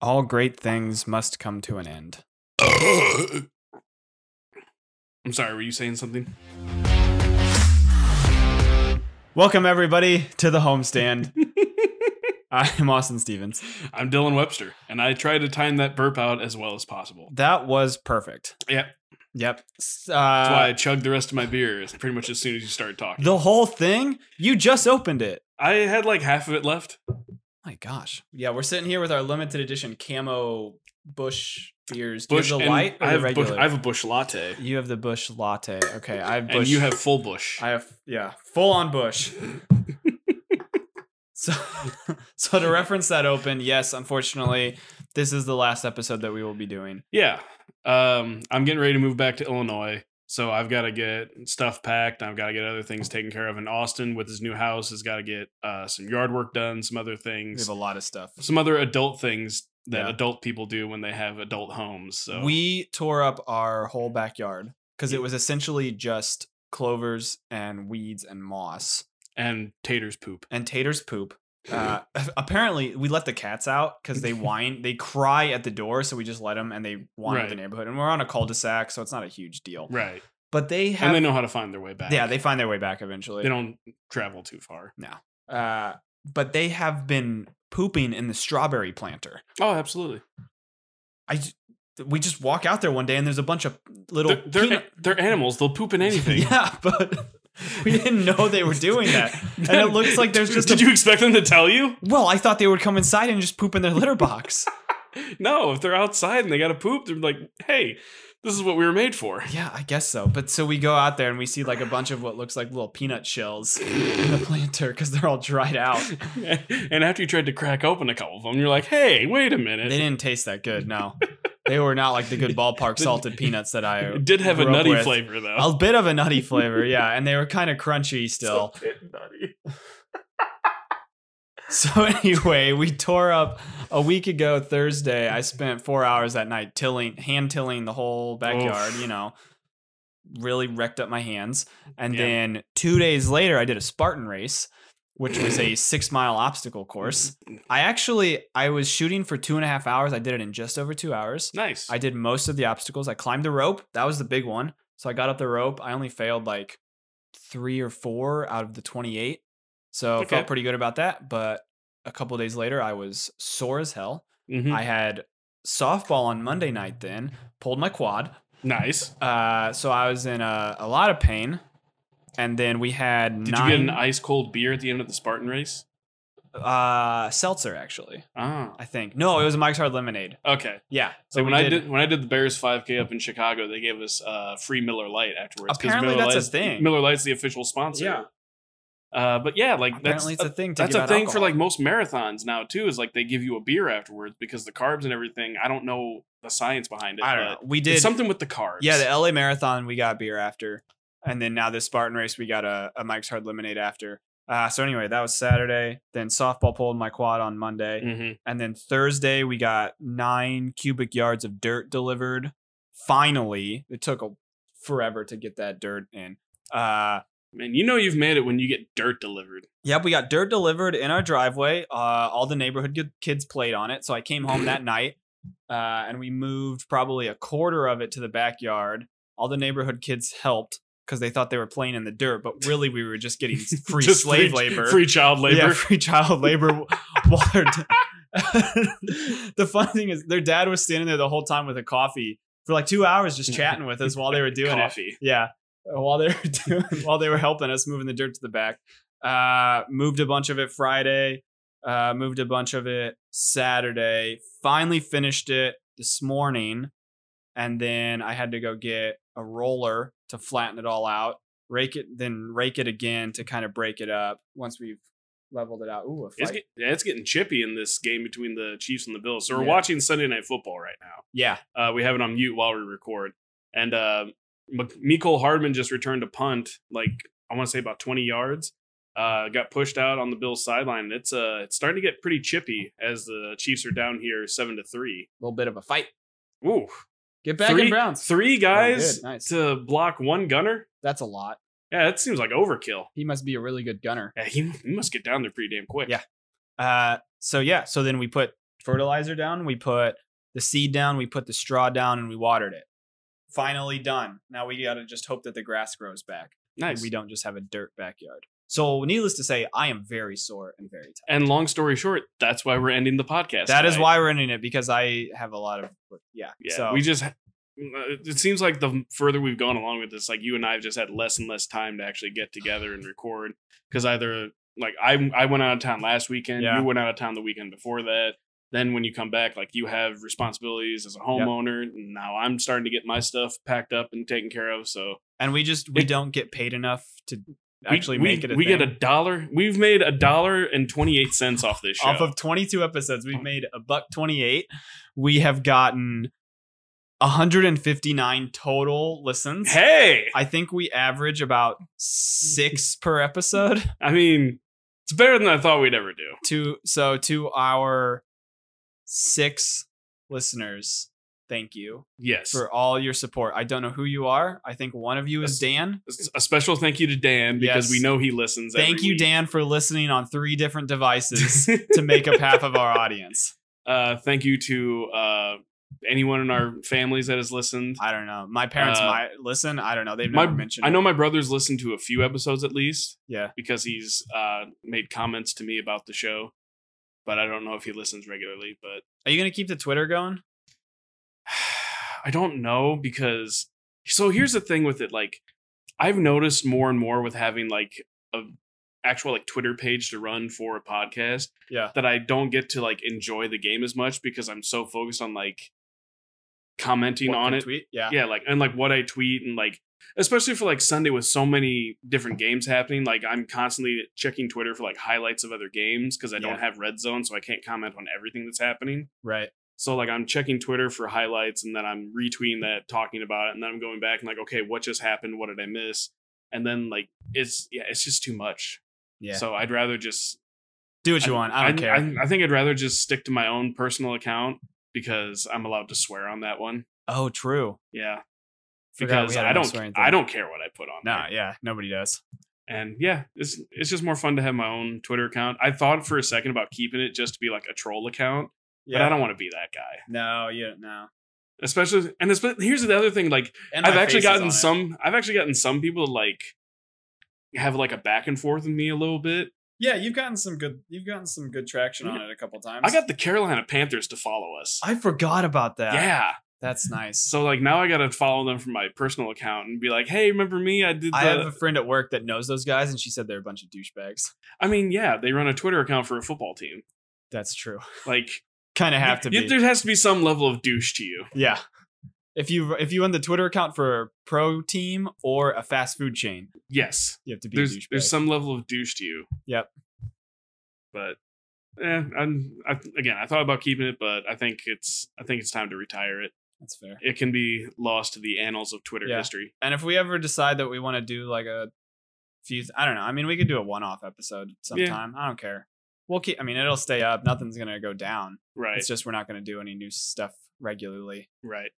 All great things must come to an end. I'm sorry, were you saying something? Welcome, everybody, to the homestand. I'm Austin Stevens. I'm Dylan Webster, and I try to time that burp out as well as possible. That was perfect. Yep. Yep. S- Uh, That's why I chugged the rest of my beer as- pretty much as soon as you started talking. the whole thing? You just opened it. I had like half of it left. My gosh. Yeah, we're sitting here with our limited edition camo bush beers. Do Bush you have the and- light or I the have, bush, regular? I have a bush latte, you have the bush latte. Okay, I have bush. and you have full bush. I have yeah, full on bush. so so to reference that open, yes, unfortunately, this is the last episode that we will be doing. yeah. Um, I'm getting ready to move back to Illinois, so I've got to get stuff packed. I've got to get other things taken care of. And Austin, with his new house, has got to get uh, some yard work done, some other We things. have a lot of stuff. some other adult things that Yeah. adult people do when they have adult homes. So We tore up our whole backyard because it was essentially just clovers and weeds and moss and taters poop. and tater's poop. Uh, apparently, we let the cats out because they whine, they cry at the door, so we just let them and they wander Right. the neighborhood. And we're on a cul-de-sac, so it's not a huge deal. Right. But they and have, they know how to find their way back. yeah, they find their way back eventually. they don't travel too far. Uh, but they have been pooping in the strawberry planter. Oh, absolutely. I j- we just walk out there one day and there's a bunch of little They're, they're, peanut- they're animals. They'll poop in anything. yeah, but we didn't know they were doing that. And it looks like there's just Did a- you expect them to tell you? Well, I thought they would come inside and just poop in their litter box. No, if they're outside and they got to poop, they're like, "Hey, this is what we were made for." yeah, I guess so. But so we go out there and we see like a bunch of what looks like little peanut shells in the planter because they're all dried out. and after you tried to crack open a couple of them, you're like, "Hey, wait a minute." They didn't taste that good. No, they were not like the good ballpark salted peanuts that I it did have a grew up nutty with. flavor though. a bit of a nutty flavor, yeah, and they were kind of crunchy still. It's a bit nutty. So anyway, we tore up a week ago Thursday. I spent four hours that night tilling, hand tilling the whole backyard. Oof. You know, really wrecked up my hands. And Yeah. then two days later, I did a Spartan race, which was a six mile obstacle course. I actually I was shooting for two and a half hours. I did it in just over two hours. Nice. I did most of the obstacles. I climbed the rope. That was the big one. So I got up the rope. I only failed like three or four out of the 28. So I Okay. felt pretty good about that. But a couple days later, I was sore as hell. Mhm. I had softball on Monday night, then pulled my quad. nice. Uh, so I was in a, a lot of pain. And then we had Did nine you get an ice cold beer at the end of the Spartan race? uh, seltzer, actually. Ah, I think. No, it was a Mike's Hard Lemonade. okay. Yeah. So we when I did when I did the Bears 5K up in Chicago, they gave us uh, free Miller Lite afterwards. 'cause Apparently Miller that's a Lite's- thing. Miller Lite's the official sponsor. Yeah. Uh, but yeah, like that's Apparently, it's a thing. To that's give a out thing for alcohol. like most marathons now too. Is like they give you a beer afterwards because the carbs and everything. I don't know the science behind it. I don't know. but We It's did something with the carbs. Yeah, the LA Marathon we got beer after, and then now this Spartan race we got a, a Mike's Hard Lemonade after. Uh, so anyway, that was Saturday. Then softball pulled my quad on Monday, Mhm. and then Thursday we got nine cubic yards of dirt delivered. Finally, it took a, forever to get that dirt in. Uh, Man, you know you've made it when you get dirt delivered. Yep, we got dirt delivered in our driveway. Uh, all the neighborhood kid- kids played on it. So I came home that night uh, and we moved probably a quarter of it to the backyard. All the neighborhood kids helped because they thought they were playing in the dirt, but really we were just getting s- free Just slave free- labor. free child labor. Yeah, free child labor. water. the fun thing is, their dad was standing there the whole time with a coffee for like two hours just chatting with us while they were doing it. Coffee. Yeah. Uh, While they were doing, while they were helping us moving the dirt to the back, uh, moved a bunch of it Friday, uh, moved a bunch of it Saturday. Finally finished it this morning, and then I had to go get a roller to flatten it all out, rake it, then rake it again to kind of break it up. Once we've leveled it out, ooh, a It's, fight. get, yeah, it's getting chippy in this game between the Chiefs and the Bills. So we're Yeah. watching Sunday Night Football right now. yeah, Uh, we have it on mute while we record. And uh, M- Mecole Hardman just returned a punt, like I want to say about 20 yards. Uh, got pushed out on the Bills sideline. and It's uh, it's starting to get pretty chippy as the Chiefs are down here seven to three. a little bit of a fight. Ooh, Get back three, in Browns. Three guys good, nice. to block one gunner. That's a lot. Yeah, that seems like overkill. He must be a really good gunner. Yeah, he, he must get down there pretty damn quick. Yeah. Uh, so yeah, so then we put fertilizer down. We put the seed down. We put the straw down, and we watered it. Finally done. Now we got to just hope that the grass grows back. Nice. We don't just have a dirt backyard. So, needless to say, I am very sore and very tired. and long story short, that's why we're ending the podcast. That is tonight. why we're ending it because I have a lot of yeah. Yeah, so we just. uh, It seems like the further we've gone along with this, like you and I have just had less and less time to actually get together and record. Because either like I I went out of town last weekend, Yeah. you went out of town the weekend before that. Then when you come back, like you have responsibilities as a homeowner. and Now I'm starting to get my stuff packed up and taken care of. So and we just we it- don't get paid enough to we- actually we, make it. A we thing. get a dollar. We've made a dollar and twenty eight cents off this show. Oh. off of 22 episodes we've made a buck 28 we have gotten 159 total listens hey, i think we average about six per episode I mean, it's better than I thought we'd ever do. to so to our six listeners thank you Yes, for all your support i don't know who you are i think one of you is dan a special thank you to Dan Yes. because we know he listens. thank every you week. dan for listening on three different devices to make up half of our audience uh, thank you to uh, anyone in our families that has listened. i don't know my parents Uh, might listen i don't know they've My, never mentioned I it. know my brother's listened to a few episodes at least yeah because he's uh, made comments to me about the show, but I don't know if he listens regularly. But Are you gonna keep the Twitter going? I don't know because so here's the thing with it like I've noticed more and more with having like a actual like Twitter page to run for a podcast Yeah. that I don't get to like enjoy the game as much because I'm so focused on like commenting What, on the it. Tweet? Yeah. Yeah, like and like what I tweet and like especially for like Sunday with so many different games happening, like I'm constantly checking Twitter for like highlights of other games because I don't Yeah. have red zone so I can't comment on everything that's happening. Right. So like I'm checking Twitter for highlights and then I'm retweeting that, talking about it, and then I'm going back and like, okay, what just happened? What did I miss? And then like it's yeah, it's just too much. Yeah. So I'd rather just Do what you want. I don't care. I, I think I'd rather just stick to my own personal account because I'm allowed to swear on that one. oh, true. Yeah. Forgot we Because had a I no don't swearing I thing. don't care what I put on. No, there. yeah, nobody does. And yeah, it's it's just more fun to have my own Twitter account. I thought for a second about keeping it just to be like a troll account, but I don't want to be that guy. No, you don't. No. Especially and espe- here's the other thing like And I've my actually face is on gotten it. some. I've actually gotten some people to like have like a back and forth with me a little bit. Yeah, you've gotten some good. You've gotten some good traction on it a couple times. I got the Carolina Panthers to follow us. I forgot about that. yeah. That's nice. So like now I gotta follow them from my personal account and be like, hey, remember me? I did. The, I I, have a friend at work that knows those guys, and she said they're a bunch of douchebags. mean, yeah, they run a Twitter account for a football team. That's true. Like, kind of have to y- be. There has to be some level of douche to you. yeah. If you if you run the Twitter account for a pro team or a fast food chain, Yes, you have to be a there's douchebag. there's some level of douche to you. Yep. But. Eh, I'm, I, again, I thought about keeping it, but I think it's I think it's time to retire it. That's fair. it can be lost to the annals of Twitter Yeah. history. And if we ever decide that we want to do like a few, I don't know. I mean, we could do a one-off episode sometime. I don't care. We'll keep. I mean, it'll stay up. Nothing's gonna go down. Right, It's just we're not gonna do any new stuff regularly right.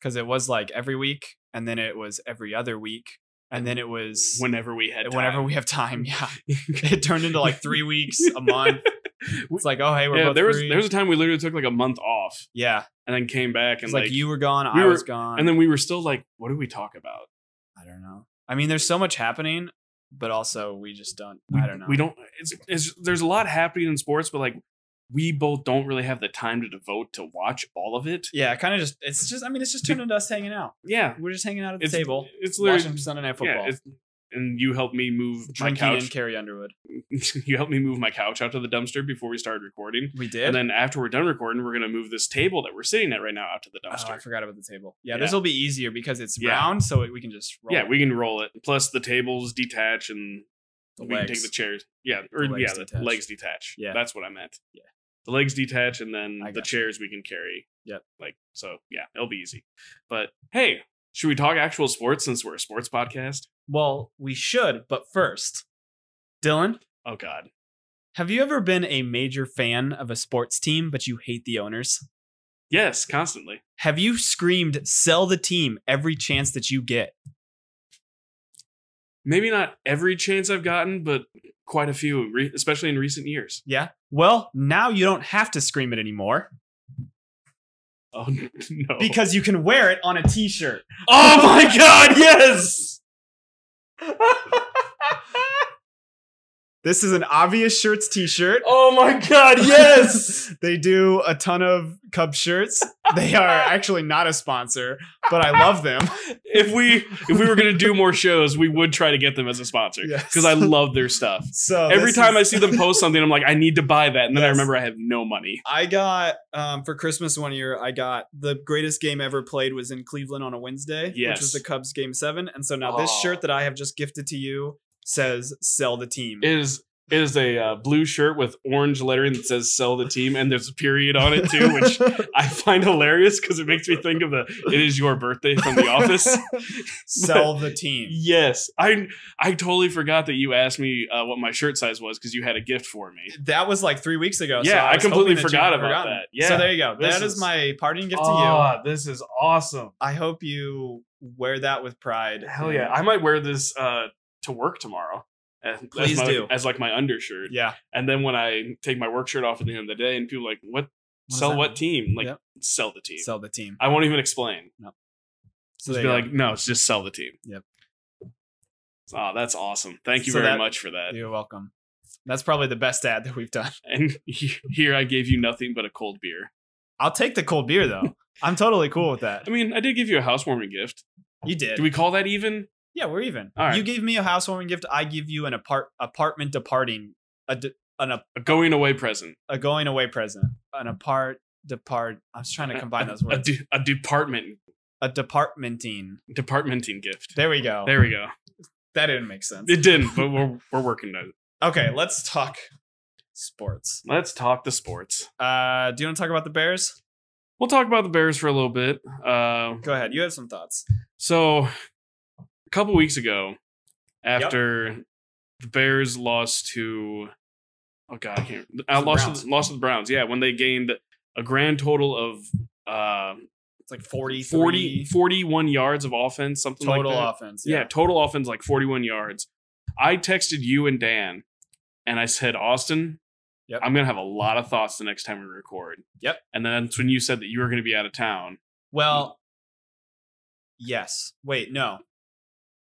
because it was like every week, and then it was every other week, and then it was Whenever we had, whenever we have time. Yeah, it turned into like three weeks, a month. It's like, oh hey, we're yeah, both there was free. there was a time we literally took like a month off yeah, and then came back and it's like, like, you were gone, we I were- was gone, and then we were still like, what do we talk about? I don't know. I mean, there's so much happening, but also we just don't. We, I don't know. We don't. It's, it's there's a lot happening in sports, but like we both don't really have the time to devote to watch all of it. Yeah, kind of just it's just I mean it's just turned into us hanging out. Yeah, We're just hanging out at the it's table, It's literally watching Sunday Night yeah. Football, It's, and you helped me move drinking my and couch. Carrie Underwood. you helped me move my couch out to the dumpster before we started recording. We did. And then after we're done recording, we're gonna move this table that we're sitting at right now out to the oh, dumpster. I forgot about the table. Yeah, Yeah. this will be easier because it's Yeah. round, so we can just roll. yeah, we can roll it. Plus the tables detach and the we legs. can take the chairs. Yeah, or The legs yeah, the detach. legs detach. Yeah. that's what I meant. Yeah. the legs detach and then I the gotcha. chairs we can carry. Yep. Like so, yeah, it'll be easy. But hey, should we talk actual sports since we're a sports podcast? well, we should, but first, Dylan, Oh God, have you ever been a major fan of a sports team but you hate the owners? yes, constantly. Have you screamed "sell the team" every chance that you get? Maybe not every chance I've gotten, but quite a few, re- especially in recent years. Yeah. Well, now you don't have to scream it anymore Oh no! because you can wear it on a t-shirt. oh my god, yes! This is an obvious shirts t-shirt. Oh my god, yes! they do a ton of Cub shirts. They are actually not a sponsor, but I love them. if we if we were gonna do more shows, we would try to get them as a sponsor Yes. because I love their stuff. So Every this time is- I see them post something, I'm like, I need to buy that, and then I Yes. remember I have no money. I got um, for Christmas one year, I got the greatest game ever played was in Cleveland on a Wednesday, which Yes. was the Cubs game seven. And so now this Oh. shirt that I have just gifted to you says sell the team. It is it is a uh, blue shirt with orange lettering that says "Sell the team" and there's a period on it too, which I find hilarious because it makes me think of the "It is your birthday" from The Office. sell the team. Yes, I I totally forgot that you asked me uh, what my shirt size was because you had a gift for me. That was like three weeks ago. so Yeah, I was hoping completely that you'd forgot about forgotten. that. Yeah. So there you go. This That is, is- my partying gift to you. Ah, this is awesome. I hope you wear that with pride. Hell and- yeah! I might wear this uh, to work tomorrow. as- as Please my- do. as like my undershirt, Yeah. and then when I take my work shirt off at the end of the day, and people are like, "What? does sell that what mean? team? Like Yep. sell the team? Sell the team. I won't even explain. So there just be you like, no, it's just sell the team. Yep. Oh, that's awesome! Thank you So very that- much for go. that. You're welcome. That's probably the best ad that we've done. And he- here I gave you nothing but a cold beer. I'll take the cold beer though. I'm totally cool with that. I mean, I did give you a housewarming gift. You did. Do we call that even? yeah, we're even. All right. You gave me a housewarming gift. I give you an apart apartment departing a de- an ap- A going away present. a going away present. An apart depart. I was trying to combine those A, words. de- a department A departmenting. departmenting gift. There we go. There we go. That didn't make sense. It didn't, but we're we're working on it. Okay, let's talk sports. Let's talk the sports. Uh, do you want to talk about the Bears? We'll talk about the Bears for a little bit. Uh, Go ahead. You have some thoughts. so, a couple weeks ago, after the Bears lost to, oh god, I can't. I The lost Browns. to, the- lost to the Browns. Yeah, when they gained a grand total of uh, It's like 40, 40, 41 yards of offense, something total like that. offense. yeah. total offense like 41 yards. I texted you and Dan and I said, Austin, Yep. I'm going to have a lot of thoughts the next time we record. Yep. And then that's when you said that you were going to be out of town. Well, yes. Wait, no.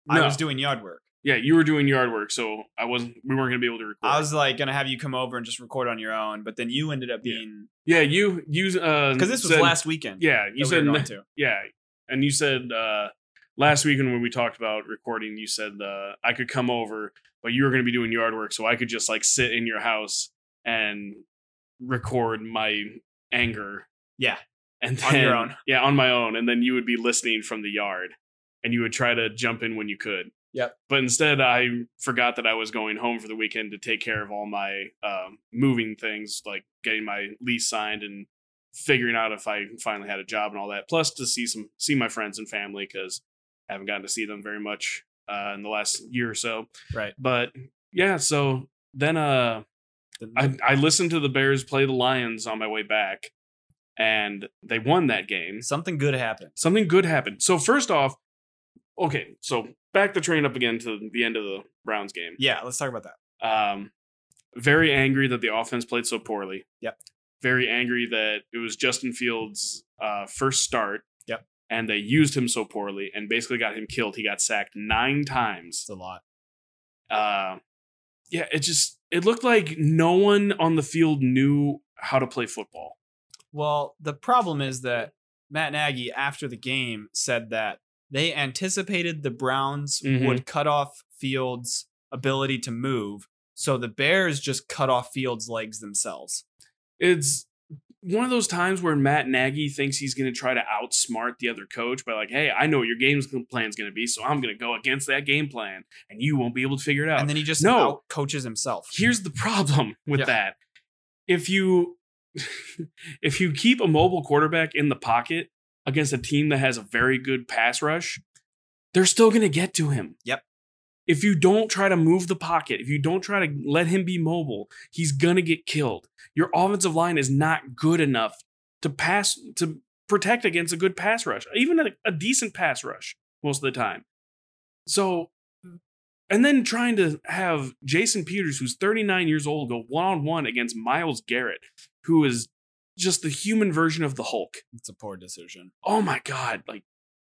I No. was doing yard work. Yeah, you were doing yard work, so I wasn't. We weren't going to be able to record. I was like gonna have you come over and just record on your own, but then you ended up Yeah. being yeah, you you because because this was last weekend. Yeah, that we you said were going to. yeah, and you said uh, last weekend when we talked about recording, you said uh, I could come over, but you were going to be doing yard work, so I could just like sit in your house and record my anger. Yeah. and On your then- own. Yeah, on my own, and then you would be listening from the yard, and you would try to jump in when you could. Yep. But instead, I forgot that I was going home for the weekend to take care of all my um, moving things, like getting my lease signed and figuring out if I finally had a job and all that. Plus, to see some see my friends and family because I haven't gotten to see them very much uh, in the last year or so. Right. But yeah, so then uh, The- I I listened to the Bears play the Lions on my way back, and they won that game something good happened. something good happened. So first off, okay, so back the train up again to the end of the Browns game. Yeah, let's talk about that. Um, very angry that the offense played so poorly. Yep. Very angry that it was Justin Fields' uh, first start. Yep. And they used him so poorly and basically got him killed. He got sacked nine times. It's a lot. Uh, yeah, it just it looked like no one on the field knew how to play football. Well, the problem is that Matt Nagy after the game said that they anticipated the Browns Mhm. would cut off Fields' ability to move, so the Bears just cut off Fields' legs themselves. it's one of those times where Matt Nagy thinks he's going to try to outsmart the other coach by like, "Hey, I know what your game's plan's going to be, so I'm going to go against that game plan, and you won't be able to figure it out." And then he just Oh, No. out coaches himself. Here's the problem with Yeah. that: if you if you keep a mobile quarterback in the pocket against a team that has a very good pass rush, they're still going to get to him. Yep. If you don't try to move the pocket, if you don't try to let him be mobile, he's going to get killed. Your offensive line is not good enough to pass to protect against a good pass rush, even a, a decent pass rush most of the time. So And then trying to have Jason Peters, who's 39 years old, go one on one against Miles Garrett, who is just the human version of the Hulk. It's a poor decision. Oh my God. Like,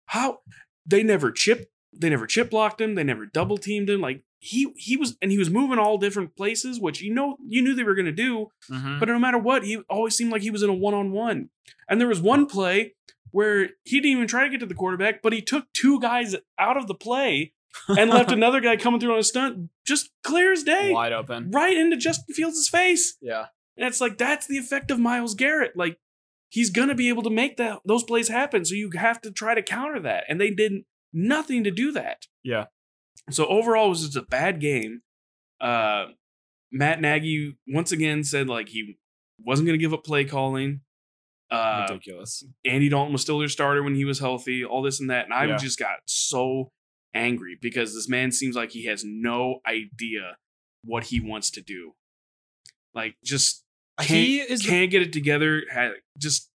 how they never chip, they never chip blocked him, they never double teamed him. Like, he he was and he was moving all different places, which you know you knew they were gonna do, Mm-hmm. but no matter what, he always seemed like he was in a one-on-one. And there was one play where he didn't even try to get to the quarterback, but he took two guys out of the play Mm-hmm. and left another guy coming through on a stunt, just clear as day, wide open. right into Justin Fields' face. Yeah. And it's like that's the effect of Miles Garrett. Like he's gonna be able to make that those plays happen. So you have to try to counter that. And they did nothing to do that. Yeah. So overall, it was just a bad game. Uh, Matt Nagy once again said like he wasn't gonna give up play calling. Uh, Ridiculous. Andy Dalton was still their starter when he was healthy, all this and that. And I Yeah. just got so angry because this man seems like he has no idea what he wants to do. Like just can't, He is the- can't get it together. ha- Just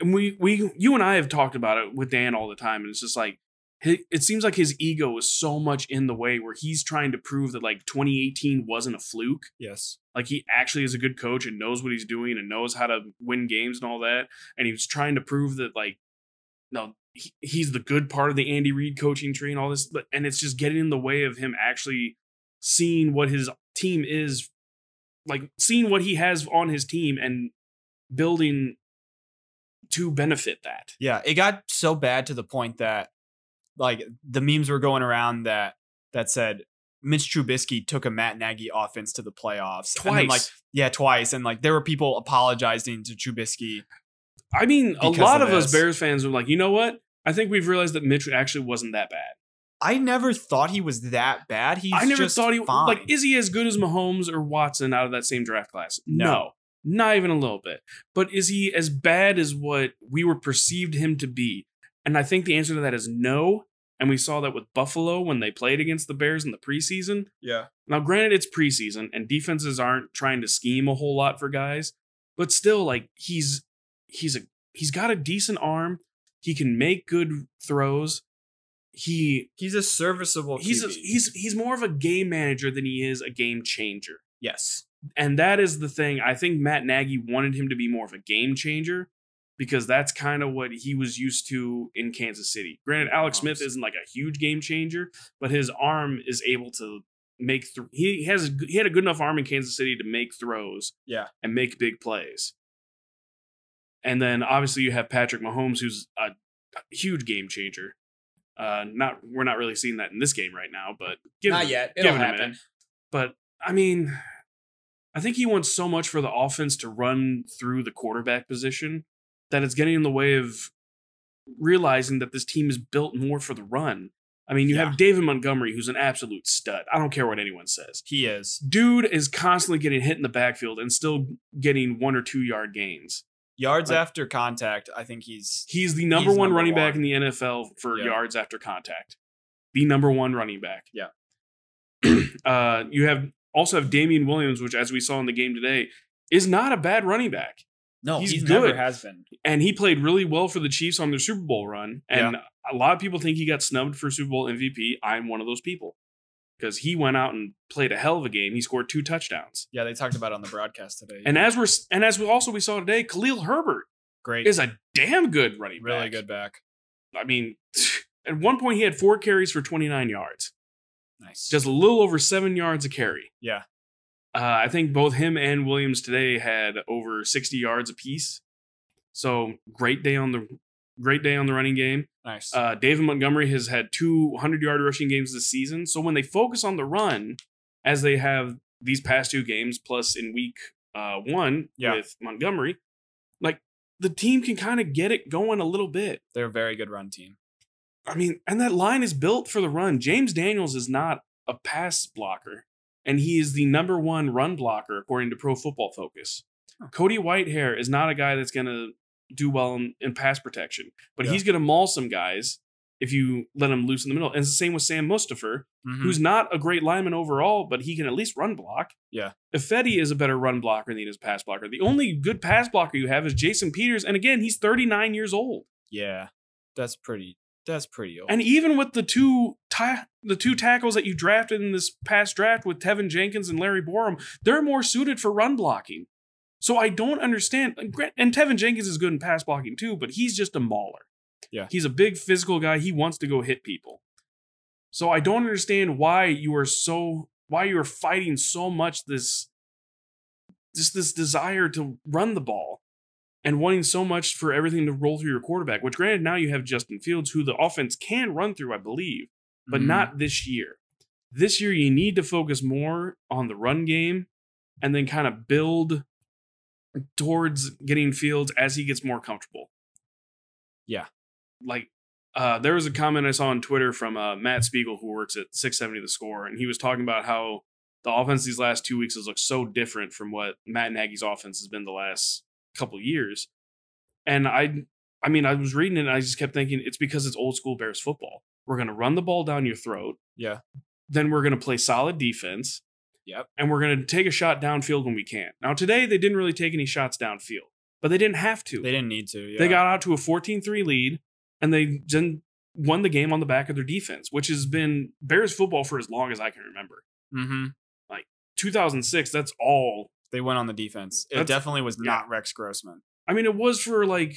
and we we you and I have talked about it with Dan all the time, and it's just like hi- it seems like his ego is so much in the way where he's trying to prove that like 2018 wasn't a fluke yes. like he actually is a good coach and knows what he's doing and knows how to win games and all that and he was trying to prove that like no he, he's the good part of the andy reid coaching tree and all this but and it's just getting in the way of him actually seeing what his team is like seeing what he has on his team and building to benefit that Yeah, it got so bad to the point that like the memes were going around that that said Mitch Trubisky took a Matt Nagy offense to the playoffs And then, twice like yeah, twice, and like there were people apologizing to Trubisky. i mean a because lot of of us this. bears fans were like you know what i think we've realized that mitch actually wasn't that bad I never thought he was that bad. He's I never just thought he fine. like is he as good as Mahomes or Watson out of that same draft class? No. No. Not even a little bit. But is he as bad as what we were perceived him to be? And I think the answer to that is no. And we saw that with Buffalo when they played against the Bears in the preseason. yeah, Now, granted, it's preseason and defenses aren't trying to scheme a whole lot for guys, but still, like he's he's a he's got a decent arm. He can make good throws. He he's a serviceable. he's a, QB. he's he's more of a game manager than he is a game changer. yes, And that is the thing. I think Matt Nagy wanted him to be more of a game changer because that's kind of what he was used to in Kansas City. Granted, Alex Smith Mahomes. isn't like a huge game changer, but his arm is able to make th- he has a g- he had a good enough arm in Kansas City to make throws yeah, and make big plays. And then obviously you have Patrick Mahomes, who's a huge game changer. Uh, not we're not really seeing that in this game right now, but give him- yet. give him a minute. But I mean, I think he wants so much for the offense to run through the quarterback position that it's getting in the way of realizing that this team is built more for the run. I mean, you Yeah. have David Montgomery, who's an absolute stud. I don't care what anyone says He is dude is constantly getting hit in the backfield and still getting one or two yard gains. yards Like- after contact. I think he's He's the number He's one number running back one. in the NFL for Yeah. yards after contact. The number one running back. Yeah. uh, you have also have Damian Williams, which, as we saw in the game today, is not a bad running back, no, he's he's, good. never has been. and he played really well for the Chiefs on their Super Bowl run. And a lot of people think he got snubbed for Super Bowl MVP. I'm one of those people because he went out and played a hell of a game. He scored two touchdowns. Yeah, they talked about it on the broadcast today. And as we're and as we also we saw today, Khalil Herbert great, is a damn good running back. really good back. I mean, at one point he had four carries for 29 yards, Nice. just a little over seven yards a carry. Yeah. Uh, I think both him and Williams today had over 60 yards apiece. So great day on the great day on the running game. nice. Uh, David Montgomery has had two 100 yard rushing games this season. So when they focus on the run, as they have these past two games, plus in week uh, one Yeah. with Montgomery, like the team can kind of get it going a little bit. They're a very good run team. I mean, and that line is built for the run. James Daniels is not a pass blocker, and he is the number one run blocker according to Pro Football Focus. Huh. Cody Whitehair is not a guy that's going to do well in, in pass protection, but Yeah. he's going to maul some guys if you let him loose in the middle. And it's the same with Sam Mustafer, Who's who's not a great lineman overall, but he can at least run block. Yeah. Effetti is a better run blocker than he is pass blocker. The only good pass blocker you have is Jason Peters, and again, he's 39 years old. yeah, that's pretty That's pretty old. And even with the two ta- the two tackles that you drafted in this past draft with Tevin Jenkins and Larry Borum, they're more suited for run blocking. So I don't understand. and Grant- And Tevin Jenkins is good in pass blocking too, but he's just a mauler. Yeah. he's a big physical guy. He wants to go hit people. So I don't understand why you are so why you are fighting so much this just this desire to run the ball and wanting so much for everything to roll through your quarterback, which granted now you have Justin Fields, who the offense can run through, I believe, but Mhm. not this year. This year you need to focus more on the run game and then kind of build towards getting Fields as he gets more comfortable. Yeah. Like uh, there was a comment I saw on Twitter from uh, Matt Spiegel, who works at 670 The Score, and he was talking about how the offense these last two weeks has looked so different from what Matt Nagy's offense has been the last couple years. And I, I mean, I was reading it and I just kept thinking it's because it's old school Bears football. We're going to run the ball down your throat. Yeah. Then we're going to play solid defense. Yep. And we're going to take a shot downfield when we can. Now, today, they didn't really take any shots downfield, but they didn't have to. They didn't need to. Yeah. They got out to a 14 3 lead and they then won the game on the back of their defense, which has been Bears football for as long as I can remember. hmm 2006, that's all. They went on the defense. It That's- definitely was yeah. not Rex Grossman. I mean, it was for like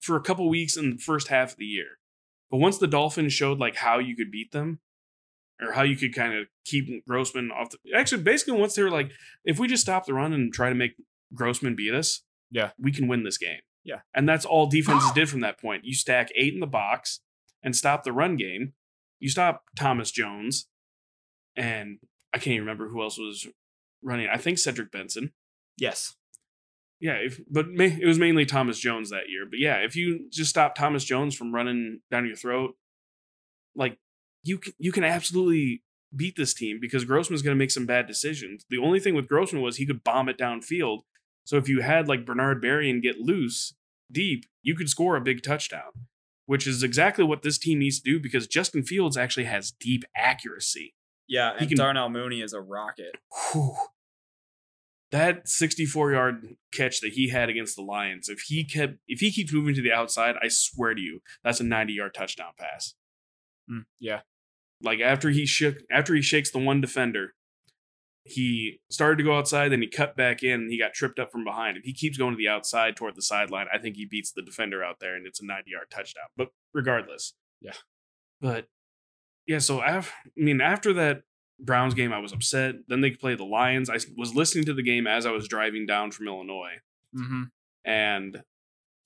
for a couple weeks in the first half of the year. But once the Dolphins showed like how you could beat them or how you could kind of keep Grossman off the actually basically once they were like, if we just stop the run and try to make Grossman beat us, Yeah. we can win this game. Yeah. And that's all defenses did from that point. You stack eight in the box and stop the run game. You stop Thomas Jones and I can't even remember who else was running. I think Cedric Benson. Yes. Yeah, if, but ma- it was mainly Thomas Jones that year. But yeah, if you just stop Thomas Jones from running down your throat, like you can, you can absolutely beat this team because Grossman's going to make some bad decisions. The only thing with Grossman was he could bomb it downfield. So if you had like Bernard Berry and get loose deep, you could score a big touchdown, which is exactly what this team needs to do because Justin Fields actually has deep accuracy. Yeah. He And can- Darnell Mooney is a rocket. Whew. That 64 yard catch that he had against the Lions, if he kept if he keeps moving to the outside, I swear to you, that's a 90 yard touchdown pass. Mm, yeah. Like after he shook after he shakes the one defender, he started to go outside, then he cut back in and he got tripped up from behind. If he keeps going to the outside toward the sideline, I think he beats the defender out there and it's a 90 yard touchdown. But regardless. Yeah. But yeah, so af- I mean, after that Browns game, I was upset. Then they played the Lions. I s- was listening to the game as I was driving down from Illinois, Mm-hmm. and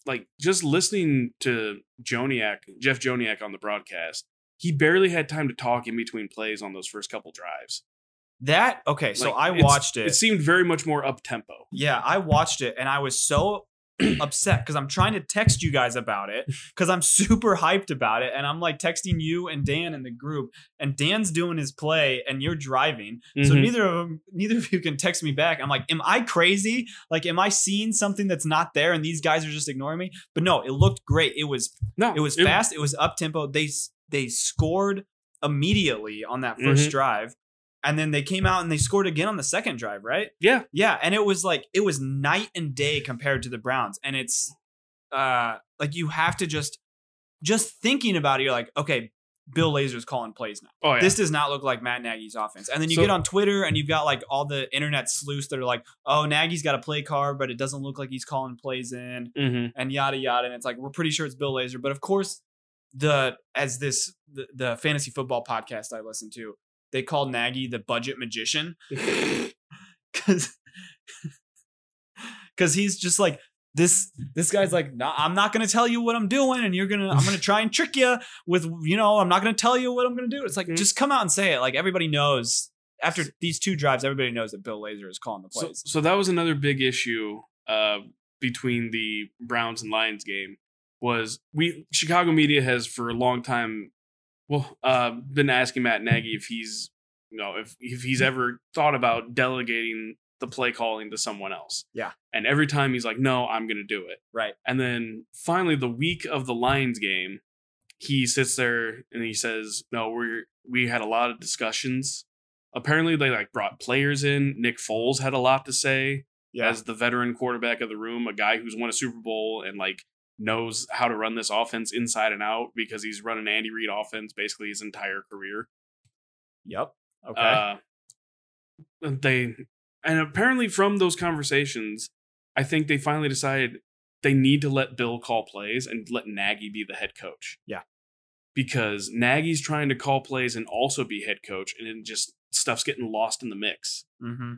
like just listening to Joniak, Jeff Joniak on the broadcast, he barely had time to talk in between plays on those first couple drives. That okay. So Like, I it's- watched it. It seemed very much more up tempo. Yeah, I watched it and I was so upset because I'm trying to text you guys about it because I'm super hyped about it. And I'm like texting you and Dan in the group, and Dan's doing his play and you're driving. So neither of 'em- neither of you can text me back. I'm like, am I crazy? Like, am I seeing something that's not there and these guys are just ignoring me? But no, it looked great. It was No, it was fast. It was up tempo. They s- they scored immediately on that 1st Mhm. drive, and then they came out and they scored again on the second drive, right? Yeah. yeah. And it was like it was night and day compared to the Browns, and it's uh like you have to just just thinking about it. You're like, okay, Bill Lazor's calling plays now. Oh yeah. This does not look like Matt Nagy's offense. And then you So- get on Twitter and you've got like all the internet sleuths that are like, oh, Nagy's got a play card, but it doesn't look like he's calling plays in Mhm. and yada yada. And it's like we're pretty sure it's Bill Lazor, but of course, the as this the, the fantasy football podcast I listen to, they call Nagy the budget magician Mm-hmm. because because he's just like this this guy's like "Nah, I'm not gonna tell you what I'm doing, and you're gonna I'm gonna try and trick you with you know I'm not gonna tell you what I'm gonna do. It's like Mhm. just come out and say it. Like everybody knows. After these two drives, everybody knows that Bill Lazor is calling the So, plays. so that was another big issue uh, between the Browns and Lions game was we Chicago media has for a long time well uh, been asking Matt Nagy if he's you know if if Mm. he's ever thought about delegating the play calling to someone else. Yeah. And every time he's like, "No, I'm going to do it." right. And then finally, the week of the Lions game, he sits there and he says, "No, we we had a lot of discussions. Apparently, they like brought players in. Nick Foles had a lot to say Yeah. as the veteran quarterback of the room, a guy who's won a Super Bowl and like knows how to run this offense inside and out because he's run an Andy Reid offense basically his entire career. Yep. Okay. Uh, they and apparently from those conversations, I think they finally decided they need to let Bill call plays and let Nagy be the head coach. Yeah. Because Nagy's trying to call plays and also be head coach, and it just stuff's getting lost in the mix. hmm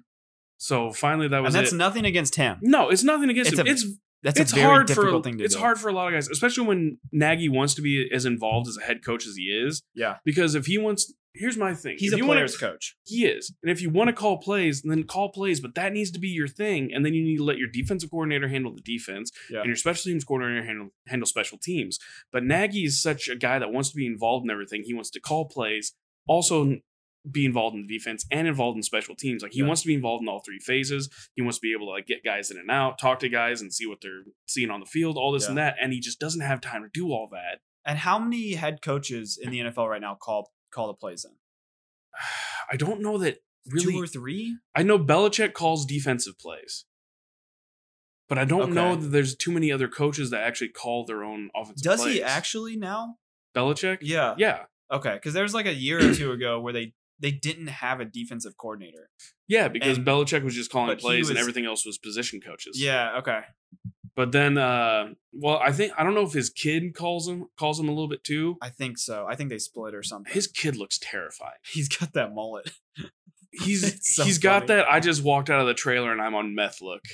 So finally, that And was that's it. nothing against him. no, it's nothing against It's him. a- it's That's it's a very hard difficult for thing to it's do. hard for a lot of guys, especially when Nagy wants to be as involved as a head coach as he is. Yeah. Because if he wants, here's my thing: He's If a you wanna- player's coach. he is. And if you want to call plays, then call plays, but that needs to be your thing. And then you need to let your defensive coordinator handle the defense Yeah. and your special teams coordinator handle, handle special teams. But Nagy is such a guy that wants to be involved in everything. He wants to call plays, also be involved in the defense and involved in special teams. Like he Yeah. wants to be involved in all three phases. He wants to be able to like get guys in and out, talk to guys and see what they're seeing on the field, all this and that. And he just doesn't have time to do all that. And how many head coaches in the NFL right now call call the plays in? I don't know that Two or really three? I know Belichick calls defensive plays, but I don't Okay. know that there's too many other coaches that actually call their own offensive. Does plays. he actually now? Belichick? Yeah. yeah, Okay. Because there's like a year or two ago where they they didn't have a defensive coordinator. yeah. Because And- Belichick was just calling but he plays, and was- everything else was position coaches. Yeah. Okay. But then, uh, well, I think I don't know if his kid calls him calls him a little bit too. I think so. I think they split or something. His kid looks terrified. he's got that mullet. He's It's so he's got funny. that. I just walked out of the trailer and I'm on meth. Look,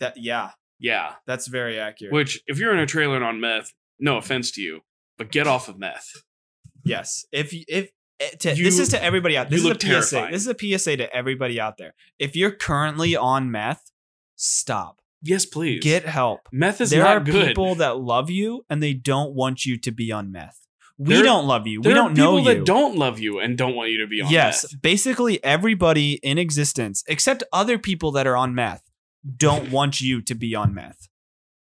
That yeah. yeah. That's very accurate. Which if you're in a trailer and on meth, no offense to you, but get off of meth. Yes. If y- if eh, to, You- this is to everybody out. you This is a look PSA. terrified. This is a PSA to everybody out there. If you're currently on meth, stop. Yes, please Get help. Meth is there not are good. people that love you and they don't want you to be on meth. We There- don't love you. There We don't are people know you. that don't love you and don't want you to be on yes, meth. basically everybody in existence except other people that are on meth don't want you to be on meth.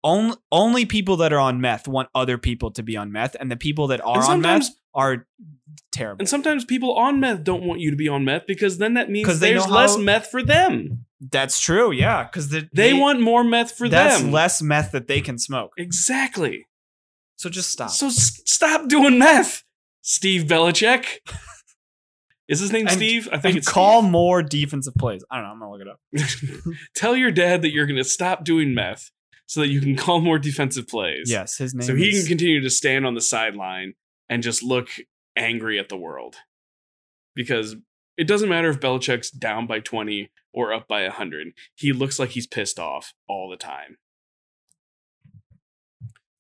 Only, only people that are on meth want other people to be on meth, and the people that are on and sometimes meth are terrible. and sometimes people on meth don't want you to be on meth because then that means 'Cause they there's know less how- meth for them. That's true, yeah, because they, They, want more meth for that's them. less meth that they can smoke. exactly. So just stop. So s- stop doing meth, Steve Belichick. is his name And- Steve? I think and it's call more defensive plays. I don't know. I'm gonna look it up. Steve. Tell your dad that you're going to stop doing meth so that you can call more defensive plays. Yes, his name. So he is- can continue to stand on the sideline and just look angry at the world. Because it doesn't matter if Belichick's down by 20 or up by 100. He looks like he's pissed off all the time.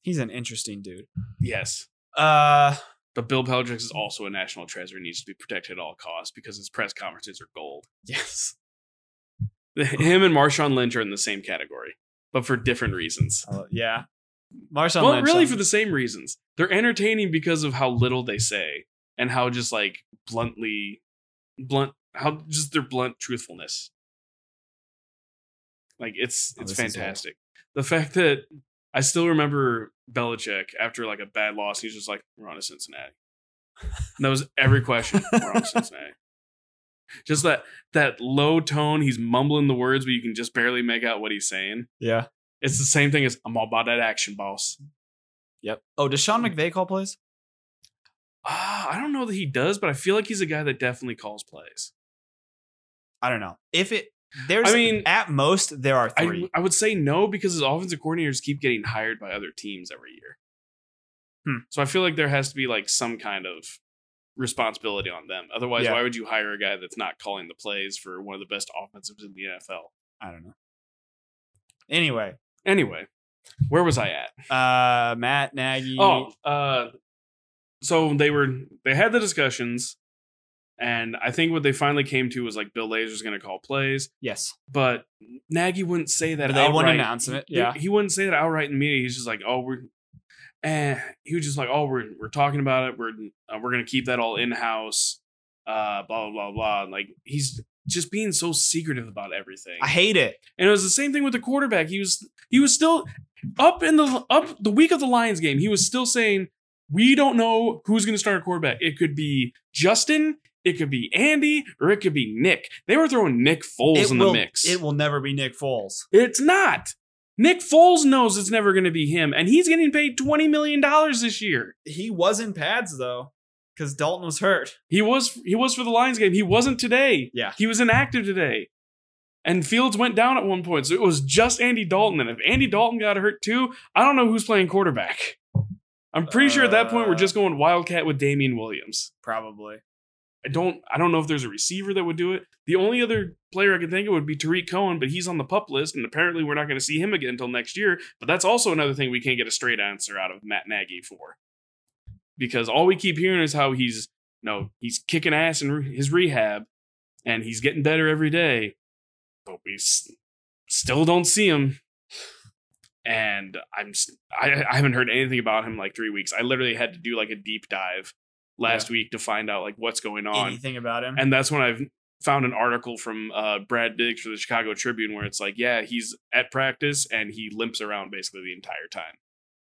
He's an interesting dude. Yes. Uh, But Bill Belichick is also a national treasure and needs to be protected at all costs because his press conferences are gold. yes. Him and Marshawn Lynch are in the same category, but for different reasons. Uh, yeah. Marshawn well, Lynch, really um, for the same reasons. They're entertaining because of how little they say and how just like bluntly blunt how just their blunt truthfulness. Like it's Oh, it's this is old. fantastic. The fact that I still remember Belichick after like a bad loss, he's just like, We're on to Cincinnati. And that was every question. We're on to Cincinnati. Just that that low tone, he's mumbling the words, but you can just barely make out what he's saying. Yeah. It's the same thing as I'm all about that action, boss. Yep. Oh, does Sean Hmm. McVay call plays? Ah, I don't know that he does, but I feel like he's a guy that definitely calls plays. I don't know. If it there's I mean, at most there are I, three. I would say no because his offensive coordinators keep getting hired by other teams every year. Hmm. So I feel like there has to be like some kind of responsibility on them. Otherwise, Yeah. why would you hire a guy that's not calling the plays for one of the best offensives in the NFL? I, don't know. Anyway, Anyway, where was I at? uh Matt Nagy. Oh, uh, so they were they had the discussions, and I think what they finally came to was like Bill Lazor's going to call plays. yes. but Nagy wouldn't say that. But they wouldn't outright. announce it, He- yeah. he, wouldn't say that outright in the media. He's just like, oh, we're, eh. He was just like, oh, we're we're talking about it. We're uh, we're gonna keep that all in house. Uh, blah blah blah blah. And, like he's just being so secretive about everything. I hate it. and it was the same thing with the quarterback. He was he was still up in the up the week of the Lions game. He was still saying. We don't know who's going to start a quarterback. It could be Justin, it could be Andy, or it could be Nick. They were throwing Nick Foles It in will, the mix. it will never be Nick Foles. It's not. Nick Foles knows it's never going to be him, and he's getting paid $20 million this year. He was in pads though, because Dalton was hurt. He was he was for the Lions game. He wasn't today. Yeah. He was inactive today. And Fields went down at one point, so it was just Andy Dalton. And if Andy Dalton got hurt too, I don't know who's playing quarterback. I'm pretty sure at that point we're Uh. just going Wildcat with Damian Williams. Probably. I don't I don't know if there's a receiver that would do it. The only other player I can think of would be Tariq Cohen, but he's on the pup list, and apparently we're not going to see him again until next year. But that's also another thing we can't get a straight answer out of Matt Nagy for. Because all we keep hearing is how he's no, he's kicking ass in re- his rehab and he's getting better every day. But we s- still don't see him. And I'm s- I, I haven't heard anything about him in like 3 weeks. I literally had to do like a deep dive last week to find out like what's going on. Anything about him? And that's when I've found an article from uh, Brad Diggs for the Chicago Tribune where it's like, yeah, he's at practice and he limps around basically the entire time.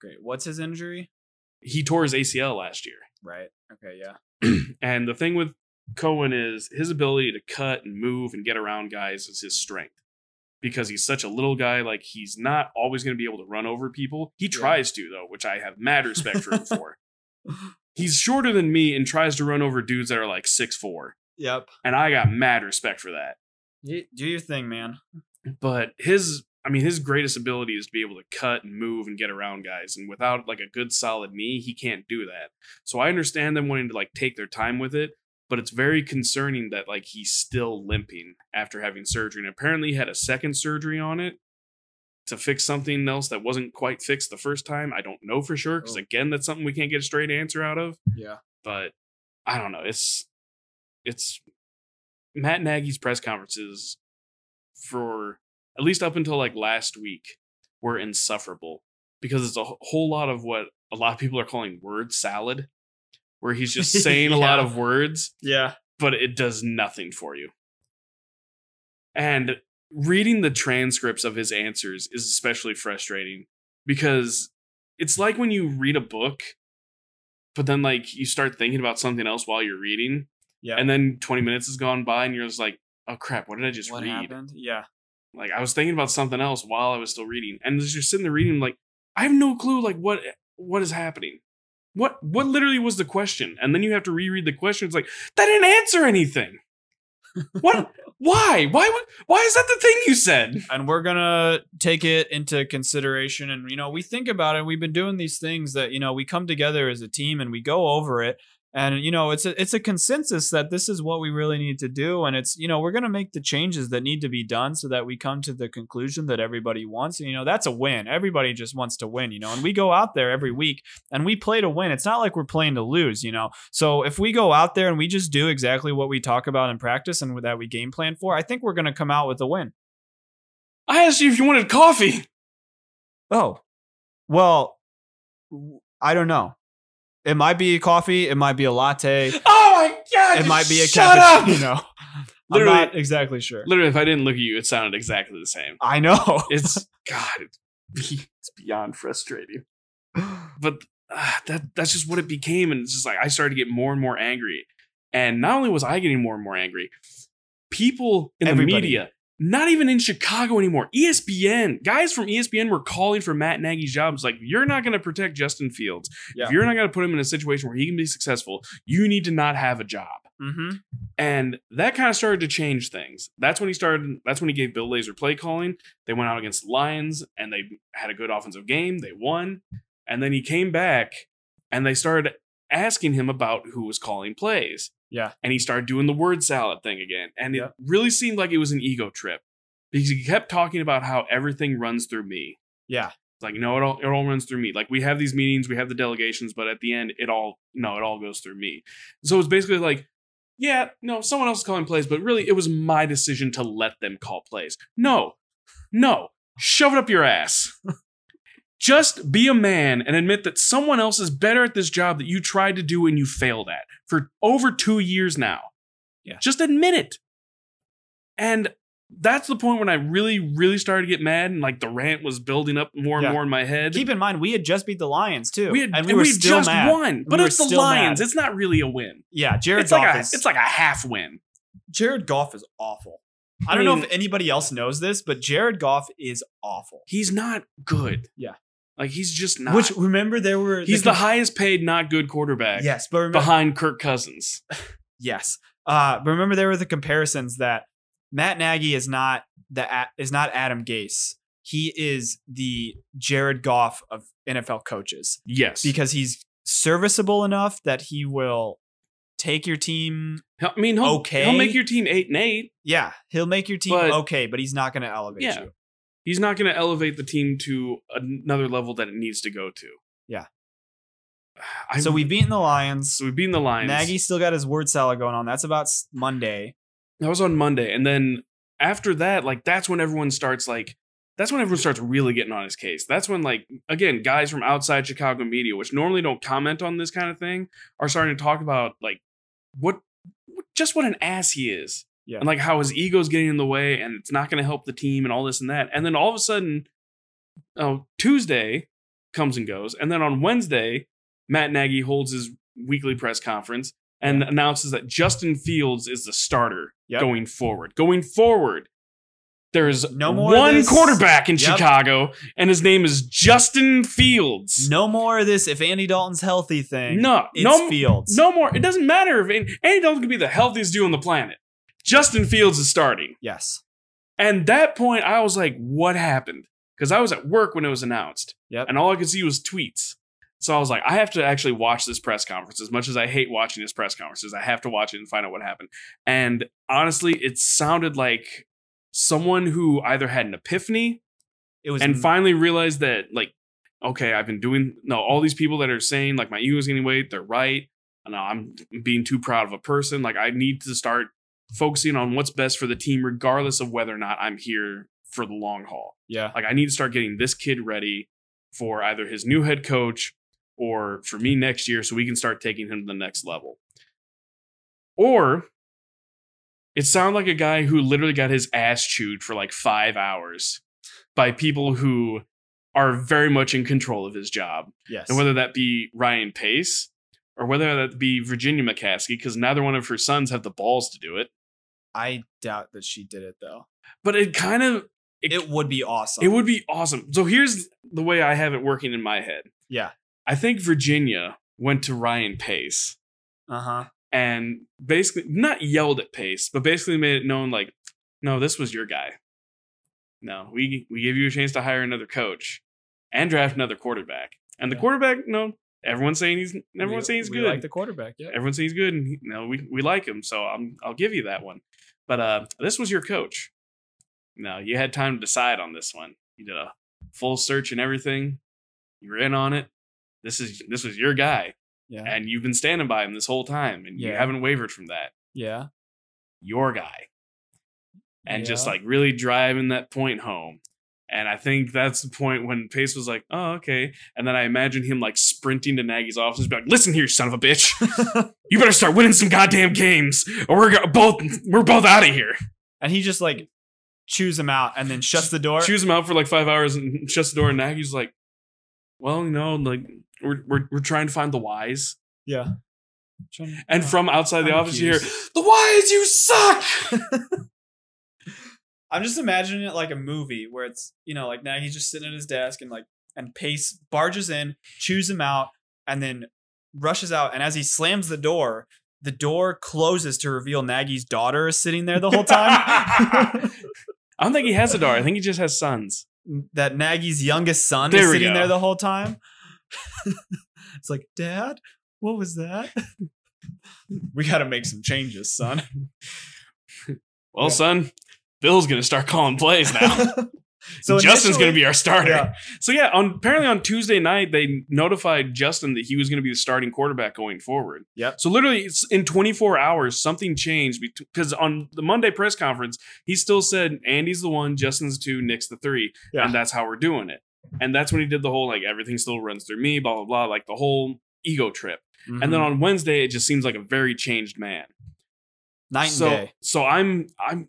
Great. What's his injury? He tore his ACL last year. Right. Okay. Yeah. and the thing with Cohen is his ability to cut and move and get around guys is his strength. Because he's such a little guy, like he's not always going to be able to run over people. He tries to though, which I have mad respect for him for. He's shorter than me and tries to run over dudes that are like six four, Yep. and I got mad respect for that. Y- do your thing, man. but his I mean his greatest ability is to be able to cut and move and get around guys and without like a good solid knee he can't do that. So I understand them wanting to like take their time with it, but it's very concerning that like he's still limping after having surgery and apparently he had a second surgery on it to fix something else that wasn't quite fixed the first time. I don't know for sure cuz Oh. again that's something we can't get a straight answer out of, Yeah. but I don't know. It's it's Matt Nagy's press conferences for at least up until like last week were insufferable because it's a wh- whole lot of what a lot of people are calling word salad, where he's just saying a lot Yeah. of words, Yeah. but it does nothing for you. And reading the transcripts of his answers is especially frustrating because it's like when you read a book, but then like you start thinking about something else while you're reading, Yeah. and then 20 minutes has gone by and you're just like, oh crap, what did I just what read? happened? Yeah. Like I was thinking about something else while I was still reading, and as you're sitting there reading, like I have no clue, like what what is happening, what what literally was the question, and then you have to reread the question. It's like that didn't answer anything. What? why? Why would? Why is that the thing you said? And we're gonna take it into consideration, and you know, we think about it. We've been doing these things that you know we come together as a team and we go over it. And you know, it's a it's a consensus that this is what we really need to do, and it's you know we're gonna make the changes that need to be done so that we come to the conclusion that everybody wants. And you know, that's a win. Everybody just wants to win, you know. And we go out there every week and we play to win. It's not like we're playing to lose, you know. So if we go out there and we just do exactly what we talk about in practice and that we game plan for, I think we're gonna come out with a win. I asked you if you wanted coffee. Oh, well, w- I don't know. It might be a coffee. It might be a latte. Oh my god! It just might be a shut up. cappuccino. I'm Literally- not exactly sure. Literally, if I didn't look at you, it sounded exactly the same. I know. It's God. It's beyond frustrating. but uh, that that's just what it became and it's just like i started to get more and more angry and not only was i getting more and more angry people in the Everybody. media not even in chicago anymore E espn guys from E espn were calling for matt nagy's jobs like you're not going to protect justin fields Yeah. if you're not going to put him in a situation where he can be successful you need to not have a job hmm and that kind of started to change things. That's when he started. That's when he gave Bill Lazor play calling. They went out against the Lions and they had a good offensive game. They won. And then he came back and they started asking him about who was calling plays. Yeah. And he started doing the word salad thing again. And Yeah. it really seemed like it was an ego trip because he kept talking about how everything runs through me. Yeah. It's like, no, it all, it all runs through me. Like, we have these meetings, we have the delegations, but at the end, it all, no, it all goes through me. So it's basically like, yeah, no, someone else is calling plays, but really it was my decision to let them call plays. No, no, shove it up your ass. Just be a man and admit that someone else is better at this job that you tried to do and you failed at for over two years now. Yeah. Just admit it. And that's the point when I really, really started to get mad and like the rant was building up more and Yeah. more in my head. Keep in mind, we had just beat the Lions too, we had, and we were had still just mad. won, but we were it's the still mad. Lions. It's not really a win. Yeah, Jared it's Goff like a, is it's like a half win. Jared Goff is awful. I don't know mean- if anybody else knows this, but Jared Goff is awful. He's not good. Yeah. Like he's just not. Which remember there were he's the, highest paid not good quarterback yes, but remember behind Kirk Cousins. yes, uh, but remember there were the comparisons that Matt Nagy is not the A- is not Adam Gase. He is the Jared Goff of NFL coaches Yes. because he's serviceable enough that he will take your team. I mean, he'll, Okay. he'll make your team 8 and 8. Yeah, he'll make your team But- okay, but he's not going to elevate Yeah. you. He's not going to elevate the team to another level that it needs to go to. Yeah. I, so we've beaten the Lions. so we've beaten the Lions. Nagy still got his word salad going on. That's about s- Monday. That was on Monday. And then after that, like that's when everyone starts like that's when everyone starts really getting on his case. That's when like again, guys from outside Chicago media, which normally don't comment on this kind of thing, are starting to talk about like what just what an ass he is. Yeah. And like how his ego's getting in the way and it's not going to help the team and all this and that. And then all of a sudden, oh, Tuesday comes and goes. And then on Wednesday, Matt Nagy holds his weekly press conference and announces that Justin Fields is the starter Yep. going forward. Going forward, there's No more of one this. quarterback in Yep. Chicago, and his name is Justin Fields. No more of this if Andy Dalton's healthy thing. No, it's no- Fields. No more. It doesn't matter if Andy- Andy Dalton could be the healthiest dude on the planet. Justin Fields is starting. Yes. And that point, I was like, what happened? Because I was at work when it was announced. Yep. And all I could see was tweets. So I was like, I have to actually watch this press conference. As much as I hate watching his press conferences, I have to watch it and find out what happened. And honestly, it sounded like someone who either had an epiphany It was and finally realized that, like, okay, I've been doing no, all these people that are saying like my ego's getting weight, they're right. No, I'm being too proud of a person. Like I need to start focusing on what's best for the team, regardless of whether or not I'm here for the long haul yeah. like I need to start getting this kid ready for either his new head coach or for me next year so we can start taking him to the next level. Or it sounded like a guy who literally got his ass chewed for like five hours by people who are very much in control of his job. Yes. And whether that be Ryan Pace or whether that be Virginia McCaskey, because neither one of her sons have the balls to do it. I doubt that she did it though. But it kind of It, would be awesome. It would be awesome. So here's the way I have it working in my head. Yeah. I think Virginia went to Ryan Pace Uh huh. and basically not yelled at Pace, but basically made it known like, no, this was your guy. No, we we gave you a chance to hire another coach and draft another quarterback. And the Yeah. quarterback, no, everyone's saying he's everyone's saying he's we good. Like the quarterback. Yeah. Everyone's saying he's good, and he, no, we we like him, so I'm I'll give you that one. But uh, this was your coach. No, you had time to decide on this one. You did a full search and everything. You were in on it. This is this was your guy, Yeah. and you've been standing by him this whole time, and you Yeah. haven't wavered from that. Yeah. Your guy, and just Yeah. like really driving that point home. And I think that's the point when Pace was like, "Oh, okay." And then I imagine him like sprinting to Nagy's office, and be like, "Listen here, son of a bitch." you better start winning some goddamn games, or we're go- both we're both out of here. and he just like chews him out and then shuts the door. Chews him out for like five hours and shuts the door, and Nagy's like, "Well, you know, like we're we're, we're trying to find the whys." yeah. And Oh, from outside the I'm office, you hear confused. the whys. You suck. I'm just imagining it like a movie where it's you know like Nagy's just sitting at his desk and like and Pace barges in, chews him out, and then rushes out. And as he slams the door, the door closes to reveal Nagy's daughter is sitting there the whole time. I don't think he has a daughter. I think he just has sons. that Nagy's youngest son There is we sitting go. there the whole time. it's like, Dad, what was that? we got to make some changes, son. Well, Yeah. son, Bill's gonna start calling plays now. Justin's gonna initially- be our starter. Yeah, So yeah, on apparently on Tuesday night they notified Justin that he was going to be the starting quarterback going forward. Yep. So literally it's in 24 hours something changed because on the Monday press conference he still said Andy's the one, Justin's the two, Nick's the three, Yeah. and that's how we're doing it. And that's when he did the whole like everything still runs through me, blah blah blah, like the whole ego trip. And then Mhm. on Wednesday it just seems like a very changed man night and so, day. So I'm I'm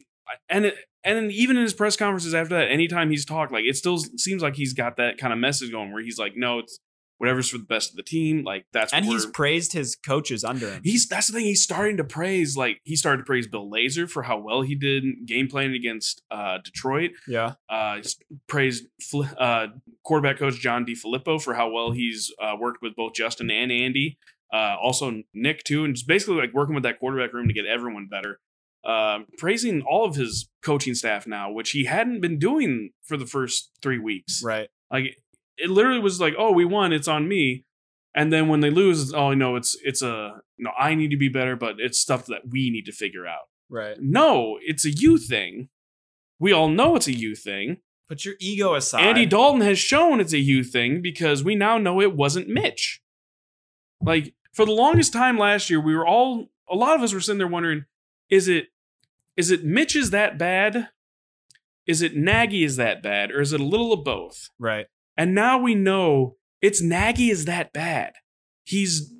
and it, and then even in his press conferences after that, anytime he's talked, like it still seems like he's got that kind of message going where he's like, no, it's whatever's for the best of the team. Like that's and what he's we're- praised his coaches under him. he's that's the thing. He's starting to praise like he started to praise Bill Lazor for how well he did game planning against uh, Detroit. yeah, Uh, he's praised Fl- uh, quarterback coach John DiFilippo for how well he's uh, worked with both Justin and Andy. Uh, also Nick too, and just basically like working with that quarterback room to get everyone better. Uh, praising all of his coaching staff now, which he hadn't been doing for the first three weeks. right. Like it literally was like, oh, we won, it's on me. And then when they lose, it's, oh no, it's it's a no, I need to be better, but it's stuff that we need to figure out. Right. No, it's a you thing. We all know it's a you thing. Put your ego aside. Andy Dalton has shown it's a you thing because we now know it wasn't Mitch. Like for the longest time last year, we were all a lot of us were sitting there wondering, is it is it Mitch is that bad? Is it Nagy is that bad, or is it a little of both? right. And now we know it's Nagy is that bad. He's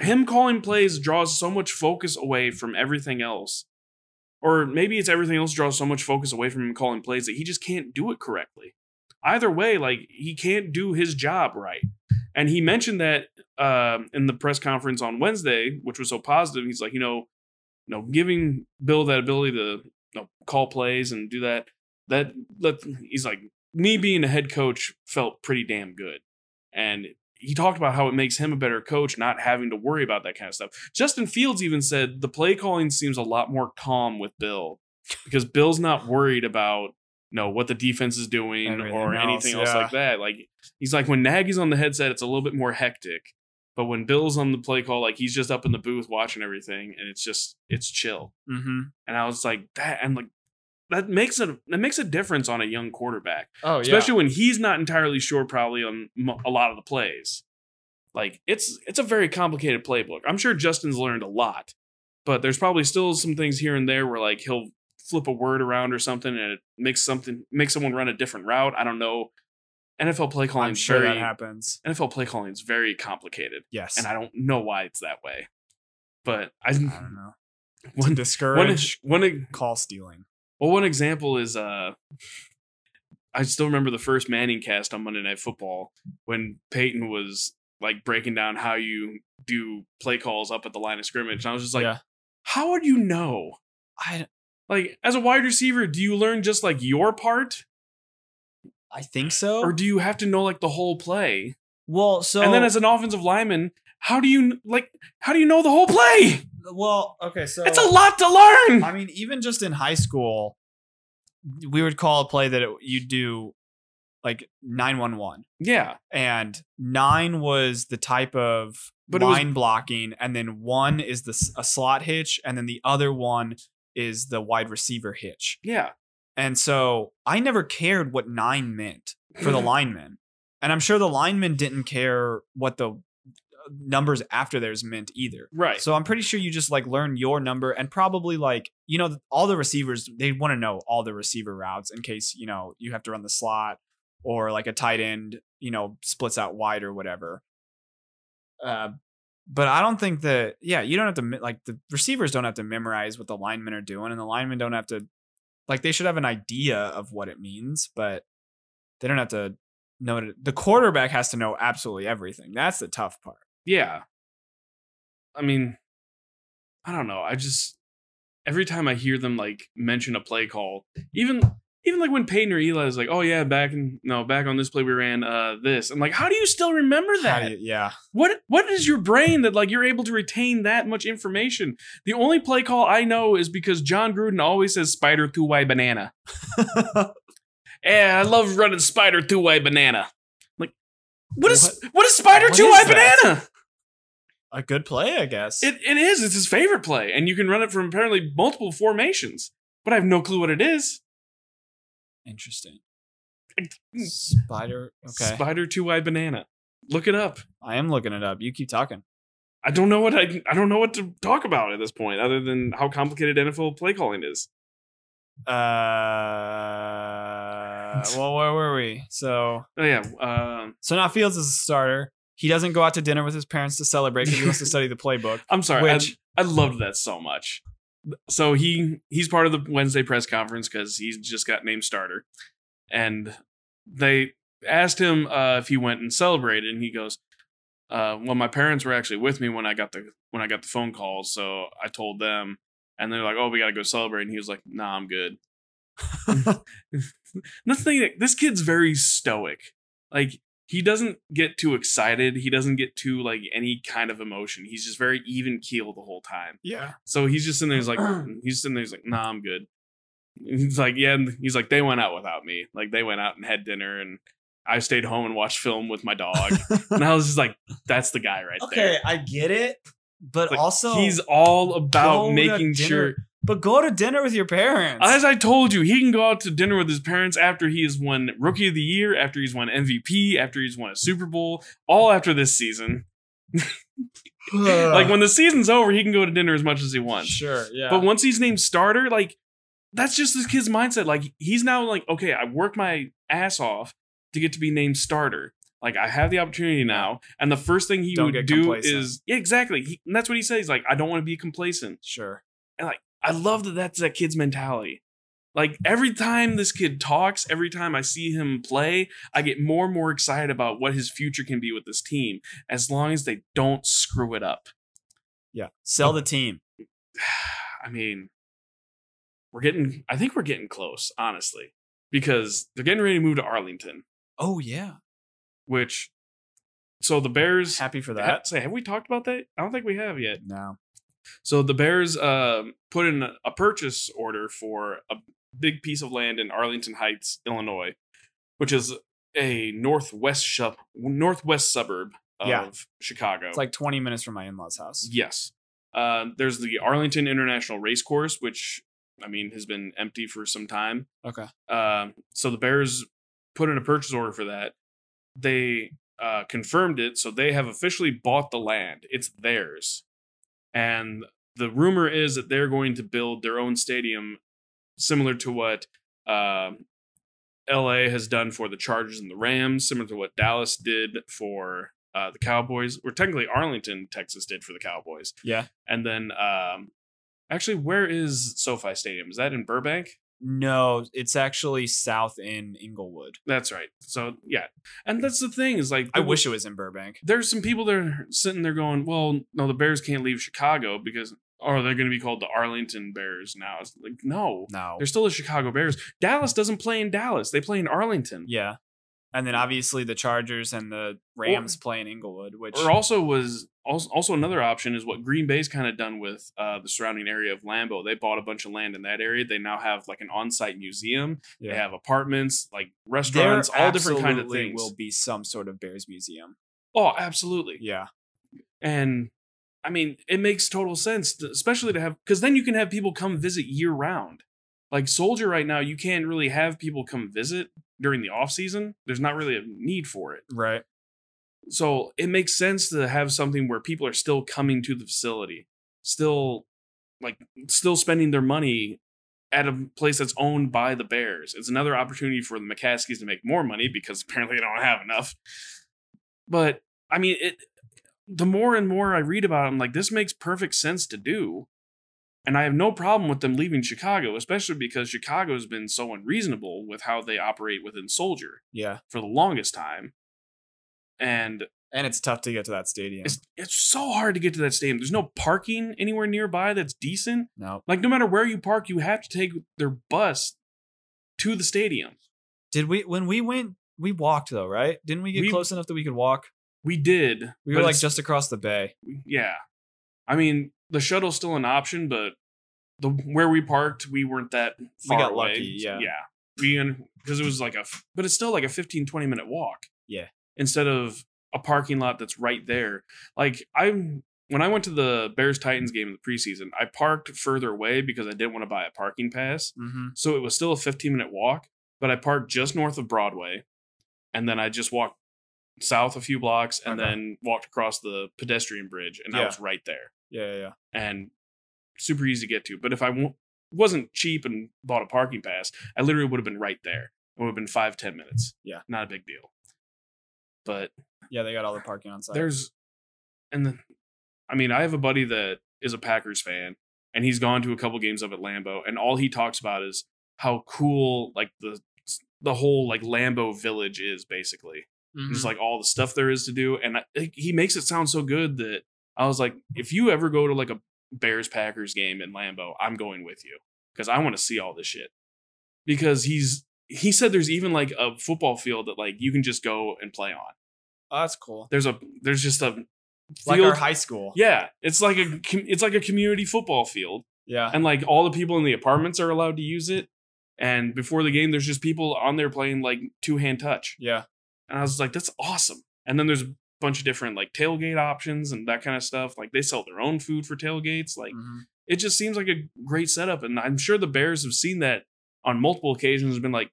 him calling plays draws so much focus away from everything else. Or maybe it's everything else draws so much focus away from him calling plays that he just can't do it correctly. Either way, like he can't do his job right. And he mentioned that um in the press conference on Wednesday, which was so positive. He's like, you know, you know, giving Bill that ability to you know, call plays and do that. That that he's like, me being a head coach felt pretty damn good. And he talked about how it makes him a better coach not having to worry about that kind of stuff. Justin Fields even said the play calling seems a lot more calm with Bill because Bill's not worried about you know what the defense is doing Everything or else, anything else yeah. like that. Like he's like when Nagy's on the headset, it's a little bit more hectic. But when Bill's on the play call, like he's just up in the booth watching everything and it's just it's chill Mm-hmm. and I was like that and like that makes a that makes a difference on a young quarterback, Oh especially when he's not entirely sure probably on m- a lot of the plays. Like it's it's a very complicated playbook. I'm sure Justin's learned a lot, but there's probably still some things here and there where like he'll flip a word around or something and it makes something makes someone run a different route. I don't know. NFL play calling I'm is sure that very happens. NFL play calling is very complicated, Yes. and I don't know why it's that way. But I I don't know. one to one discourage one call stealing. Well, one example is uh I still remember the first Manning cast on Monday Night Football when Peyton was like breaking down how you do play calls up at the line of scrimmage. And I was just like, Yeah. how would you know? I Like, as a wide receiver, do you learn just like your part? I think so. Or do you have to know like the whole play? well, so and then as an offensive lineman, how do you like how do you know the whole play? well, okay, so It's a lot to learn. I mean, even just in high school, we would call a play that it, you'd do like 911. yeah. And nine was the type of But it was- line blocking, and then one is the s- a slot hitch, and then the other one is the wide receiver hitch. Yeah. And so I never cared what nine meant for the linemen, and I'm sure the linemen didn't care what the uh, numbers after theirs meant either. Right. So I'm pretty sure you just like learn your number and probably like, you know, all the receivers, they want to know all the receiver routes in case, you know, you have to run the slot or like a tight end, you know, splits out wide or whatever. Uh, but I don't think that, yeah, you don't have to, me- like, the receivers don't have to memorize what the linemen are doing and the linemen don't have to, like, they should have an idea of what it means, but they don't have to know it. The quarterback has to know absolutely everything. That's the tough part. yeah i mean i don't know i just every time i hear them like mention a play call even even like when Peyton or Eli is like, "Oh yeah, back in no, back on this play we ran uh this," I'm like, "How do you still remember How that? do you- yeah. what what is your brain that like you're able to retain that much information?" The only play call I know is because John Gruden always says "spider two way banana." Yeah, I love running spider two way banana. Like, what is what is spider what two way is that? banana? a good play, I guess. It, it is. It's his favorite play, and you can run it from apparently multiple formations. But I have no clue what it is. Interesting. Spider. Okay. Spider two eye banana. Look it up. I am looking it up. You keep talking. I don't know what I I don't know what to talk about at this point, other than how complicated NFL play calling is. Uh, well, where were we? So, Oh yeah. Um so now Fields is a starter. He doesn't go out to dinner with his parents to celebrate because he wants to study the playbook. I'm sorry. Which- I, I loved that so much. So he he's part of the Wednesday press conference because he's just got named starter, and they asked him uh, if he went and celebrated, and he goes, uh, well, my parents were actually with me when I got the when I got the phone call, so I told them, and they're like, "Oh, we gotta go celebrate," and he was like, "Nah, I'm good." That's the thing. This kid's very stoic. Like he doesn't get too excited. He doesn't get too like any kind of emotion. He's just very even keel the whole time. yeah. So he's just sitting there. He's like, he's sitting there. He's like, "Nah, I'm good." And he's like, "Yeah." And he's like, "They went out without me. Like they went out and had dinner, and I stayed home and watched film with my dog." and I was just like, "That's the guy right there." okay, I get it, but Like, also he's all go about to making dinner. sure. But go to dinner with your parents. As I told you, he can go out to dinner with his parents after he has won Rookie of the Year, after he's won MVP, after he's won a Super Bowl, all after this season. like when the season's over, he can go to dinner as much as he wants. Sure. Yeah. But once he's named starter, like that's just this kid's mindset. Like he's now like, okay, I worked my ass off to get to be named starter. Like I have the opportunity now, and the first thing he Don't would get do complacent. is yeah, exactly. He, and that's what he says. Like I don't want to be complacent. sure. I love that that's that kid's mentality. Like every time this kid talks, every time I see him play, I get more and more excited about what his future can be with this team, as long as they don't screw it up. Yeah. Sell the team. I mean, we're getting, I think we're getting close, honestly, because they're getting ready to move to Arlington, Oh yeah. which, so the Bears, Happy for that. say, have we talked about that? I don't think we have yet. No. So the Bears um, put in a, a purchase order for a big piece of land in Arlington Heights, Illinois, which is a northwest shub northwest suburb of Yeah. Chicago. It's like 20 minutes from my in-laws' house. yes, uh, there's the Arlington International Racecourse, which I mean has been empty for some time. Okay. Um, so the Bears put in a purchase order for that. They uh, confirmed it, so they have officially bought the land. It's theirs, and the rumor is that they're going to build their own stadium, similar to what um L.A. has done for the Chargers and the Rams, similar to what Dallas did for uh, the Cowboys, or technically Arlington, Texas did for the Cowboys, Yeah. and then. Um, Actually, where is SoFi Stadium? Is that in Burbank? No, it's actually south in Inglewood. That's right. So yeah, and that's the thing is like I wish it was in Burbank. there's some people that are sitting there going, well, no, the Bears can't leave Chicago because or they're going to be called the Arlington Bears now. It's like no, No. they're still the Chicago Bears. Dallas doesn't play in Dallas; they play in Arlington. Yeah. And then obviously the Chargers and the Rams play in Inglewood, which Or also was also, also another option is what Green Bay's kind of done with uh, the surrounding area of Lambeau. They bought a bunch of land in that area. They now have like an on-site museum. yeah. They have apartments, like there restaurants, all different kind of absolutely things. will be some sort of Bears museum. oh, absolutely. Yeah. And I mean, it makes total sense, to- especially to have because then you can have people come visit year round. Like Soldier right now, you can't really have people come visit during the off season. There's not really a need for it. Right. So it makes sense to have something where people are still coming to the facility, still like still spending their money at a place that's owned by the Bears. It's another opportunity for the McCaskies to make more money because apparently they don't have enough. But I mean it the more and more I read about it, I'm like, this makes perfect sense to do. And I have no problem with them leaving Chicago, especially because Chicago's been so unreasonable with how they operate within Soldier Yeah. for the longest time. And And it's tough to get to that stadium. it's it's so hard to get to that stadium. There's no parking anywhere nearby that's decent. no. Like no matter where you park, you have to take their bus to the stadium. Did we when we went we walked though, right? Didn't we get We- close enough that we could walk? We did. We but were like it's- just across the bay. yeah. I mean, the shuttle's still an option, but the where we parked, we weren't that far got away. lucky, yeah. Yeah. Being because it was like a f- but it's still like a 15 20 minute walk. Yeah. Instead of a parking lot that's right there. Like I when I went to the Bears Titans game in the preseason, I parked further away because I didn't want to buy a parking pass. Mm-hmm. So it was still a 15 minute walk, but I parked just north of Broadway. And then I just walked south a few blocks and Okay. then walked across the pedestrian bridge and I Yeah. was right there Yeah, yeah, yeah. and super easy to get to. But if I w- wasn't cheap and bought a parking pass, I literally would have been right there. It would have been five, 10 minutes. Yeah. Not a big deal. But Yeah, they got all the parking on site. there's, and the, I mean, I have a buddy that is a Packers fan, and he's gone to a couple games up at Lambeau, and all he talks about is how cool like the the whole like Lambeau village is basically. Mm-hmm. just like all the stuff there is to do. And I, like, he makes it sound so good that I was like, if you ever go to like a Bears Packers game in Lambeau, I'm going with you because I want to see all this shit. Because he's he said there's even like a football field that like you can just go and play on. oh, that's cool. There's a there's just a Like our field- high school. yeah, it's like a com- it's like a community football field Yeah. and like all the people in the apartments are allowed to use it. And before the game, there's just people on there playing like two hand touch. Yeah. And I was like, that's awesome. And then there's a bunch of different like tailgate options and that kind of stuff. Like they sell their own food for tailgates. Like Mhm. it just seems like a great setup. And I'm sure the Bears have seen that on multiple occasions and been like,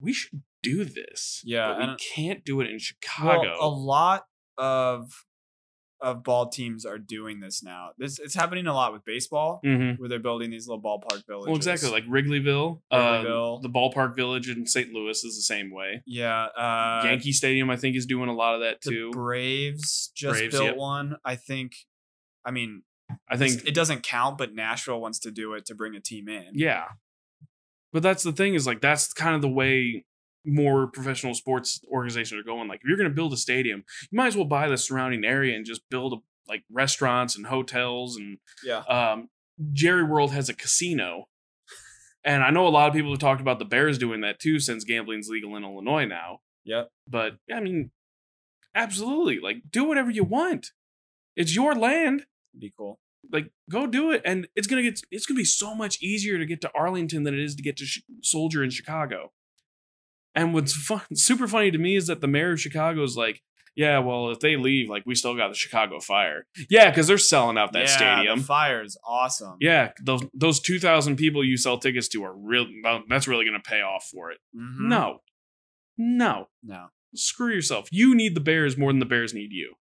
we should do this. Yeah, But we and- can't do it in Chicago. Well, a lot of of ball teams are doing this now. This it's happening a lot with baseball, Mhm. where they're building these little ballpark villages. Well, exactly. Like Wrigleyville, Wrigleyville. Uh, the ballpark village in St. Louis is the same way. yeah, uh, Yankee Stadium, I think, is doing a lot of that the too. Braves just Braves, built yep. one. I think. I mean, I this- think it doesn't count, but Nashville wants to do it to bring a team in. Yeah. But that's the thing is like that's kind of the way more professional sports organizations are going. Like if you're gonna build a stadium, you might as well buy the surrounding area and just build a, like restaurants and hotels and yeah. um Jerry World has a casino. And I know a lot of people have talked about the Bears doing that too since gambling's legal in Illinois now. Yep. But I mean, absolutely. Like do whatever you want. It's your land Be cool. like go do it and it's gonna get it's gonna be so much easier to get to arlington than it is to get to Sh- soldier in chicago and what's fun super funny to me is that the mayor of chicago is like yeah well if they leave like we still got the chicago fire yeah because they're selling out that Yeah, stadium The fire is awesome. yeah those those 2000 people you sell tickets to are real that's really gonna pay off for it Mhm. no no No. screw yourself you need the bears more than the bears need you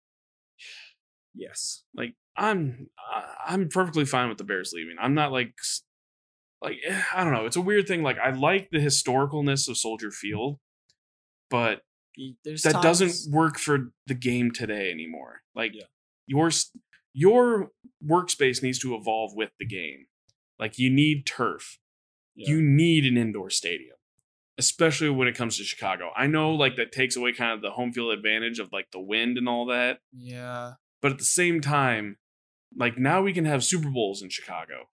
Yes. like i'm I- i'm perfectly fine with the bears leaving i'm not like s- like eh, i don't know it's a weird thing like i like the historicalness of soldier field but Y- There's that times- doesn't work for the game today anymore like Yeah. your s- your workspace needs to evolve with the game like you need turf Yeah. you need an indoor stadium especially when it comes to chicago i know like that takes away kind of the home field advantage of like the wind and all that Yeah. but at the same time, like now we can have Super Bowls in Chicago,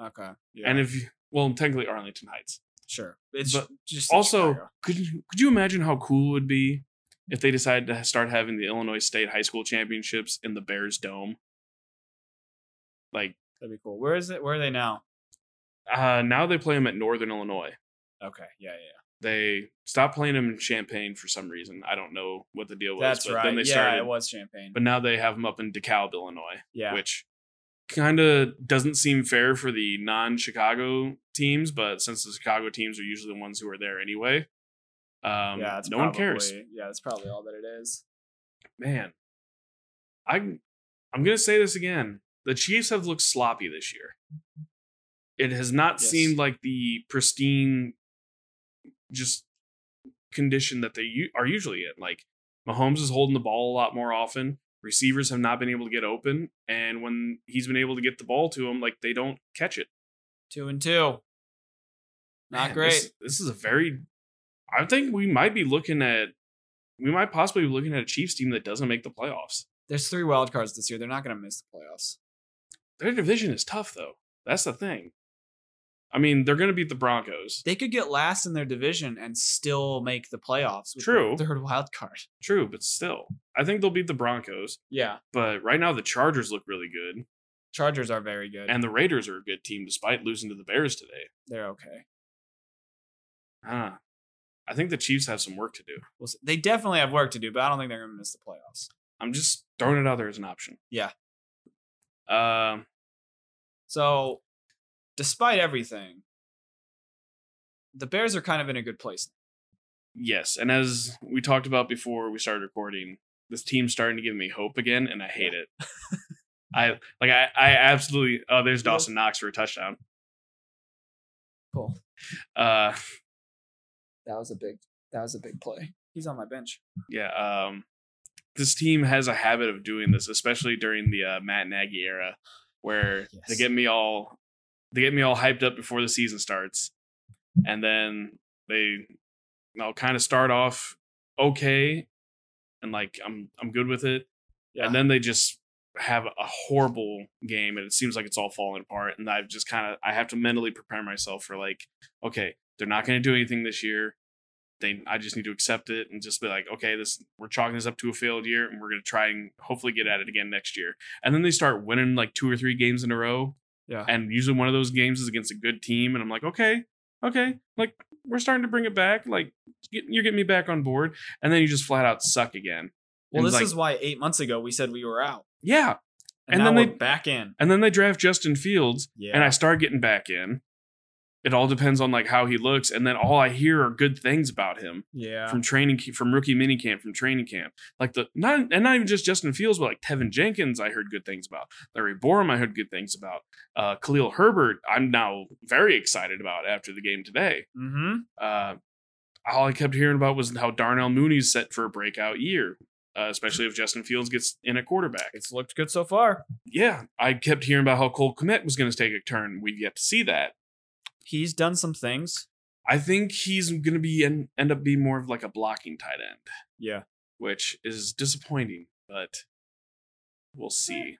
Okay. Yeah. and if you, well, technically Arlington Heights. sure, it's but just in Also, Chicago. could you could you imagine how cool it would be if they decided to start having the Illinois State High School Championships in the Bears Dome? Like That'd be cool. Where is it? Where are they now? uh, now they play them at Northern Illinois. Okay. Yeah. Yeah. They stopped playing them in Champaign for some reason. I don't know what the deal was. That's but right. Then they yeah, started, it was champagne. but now they have them up in DeKalb, Illinois. yeah. which kind of doesn't seem fair for the non-Chicago teams, but since the Chicago teams are usually the ones who are there anyway, um, yeah. yeah, That's no one probably, cares. Yeah. That's probably all that it is. Man, I I'm gonna say this again: the Chiefs have looked sloppy this year. It has not Yes. seemed like the pristine, just condition that they u- are usually in. Like Mahomes is holding the ball a lot more often. Receivers have not been able to get open, and when he's been able to get the ball to him, like they don't catch it. Two and two. Not Man, great. This, this is a very. I think we might be looking at, we might possibly be looking at a Chiefs team that doesn't make the playoffs. There's three wild cards this year. They're not going to miss the playoffs. Their division is tough though. That's the thing. I mean, they're going to beat the Broncos. They could get last in their division and still make the playoffs. With True. The third wild card. True, but still, I think they'll beat the Broncos. Yeah. But right now, the Chargers look really good, Chargers are very good. and the Raiders are a good team despite losing to the Bears today. they're okay. Ah, I think the Chiefs have some work to do. We'll see. They definitely have work to do, but I don't think they're going to miss the playoffs. I'm just throwing it out there as an option. Yeah. Um. So, despite everything, the Bears are kind of in a good place. Yes, and as we talked about before we started recording, this team's starting to give me hope again, and I hate it. I like I I absolutely oh there's Yeah. Dawson Knox for a touchdown. Cool. Uh That was a big. That was a big play. He's on my bench. yeah, um this team has a habit of doing this, especially during the uh, Matt Nagy era, where they Yes. get me all they get me all hyped up before the season starts, and then they I'll kind of start off okay, and like I'm I'm good with it. Yeah. And then they just have a horrible game and it seems like it's all falling apart and I've just kind of I have to mentally prepare myself for like okay, they're not going to do anything this year. They I just need to accept it and just be like okay, this we're chalking this up to a failed year and we're going to try and hopefully get at it again next year. And then they start winning like two or three games in a row Yeah. and usually one of those games is against a good team and i'm like okay okay like we're starting to bring it back like get- you're getting me back on board and then you just flat out suck again Well, And this it's like, is why eight months ago we said we were out, yeah and, And now then we're they- back in. and then they draft justin fields Yeah, and i start getting back in it all depends on like how he looks and then all i hear are good things about him yeah, from training ca- from rookie minicamp from training camp like the not and not even just justin fields but like tevin jenkins i heard good things about larry borum i heard good things about uh khalil herbert i'm now very excited about after the game today mm-hmm. uh all i kept hearing about was how darnell mooney's set for a breakout year uh, especially if Justin Fields gets in at quarterback. It's looked good so far. Yeah, I kept hearing about how Cole Komet was going to take a turn. We've yet to see that. He's done some things. I think he's going to be end, end up being more of like a blocking tight end. Yeah, which is disappointing, but we'll see.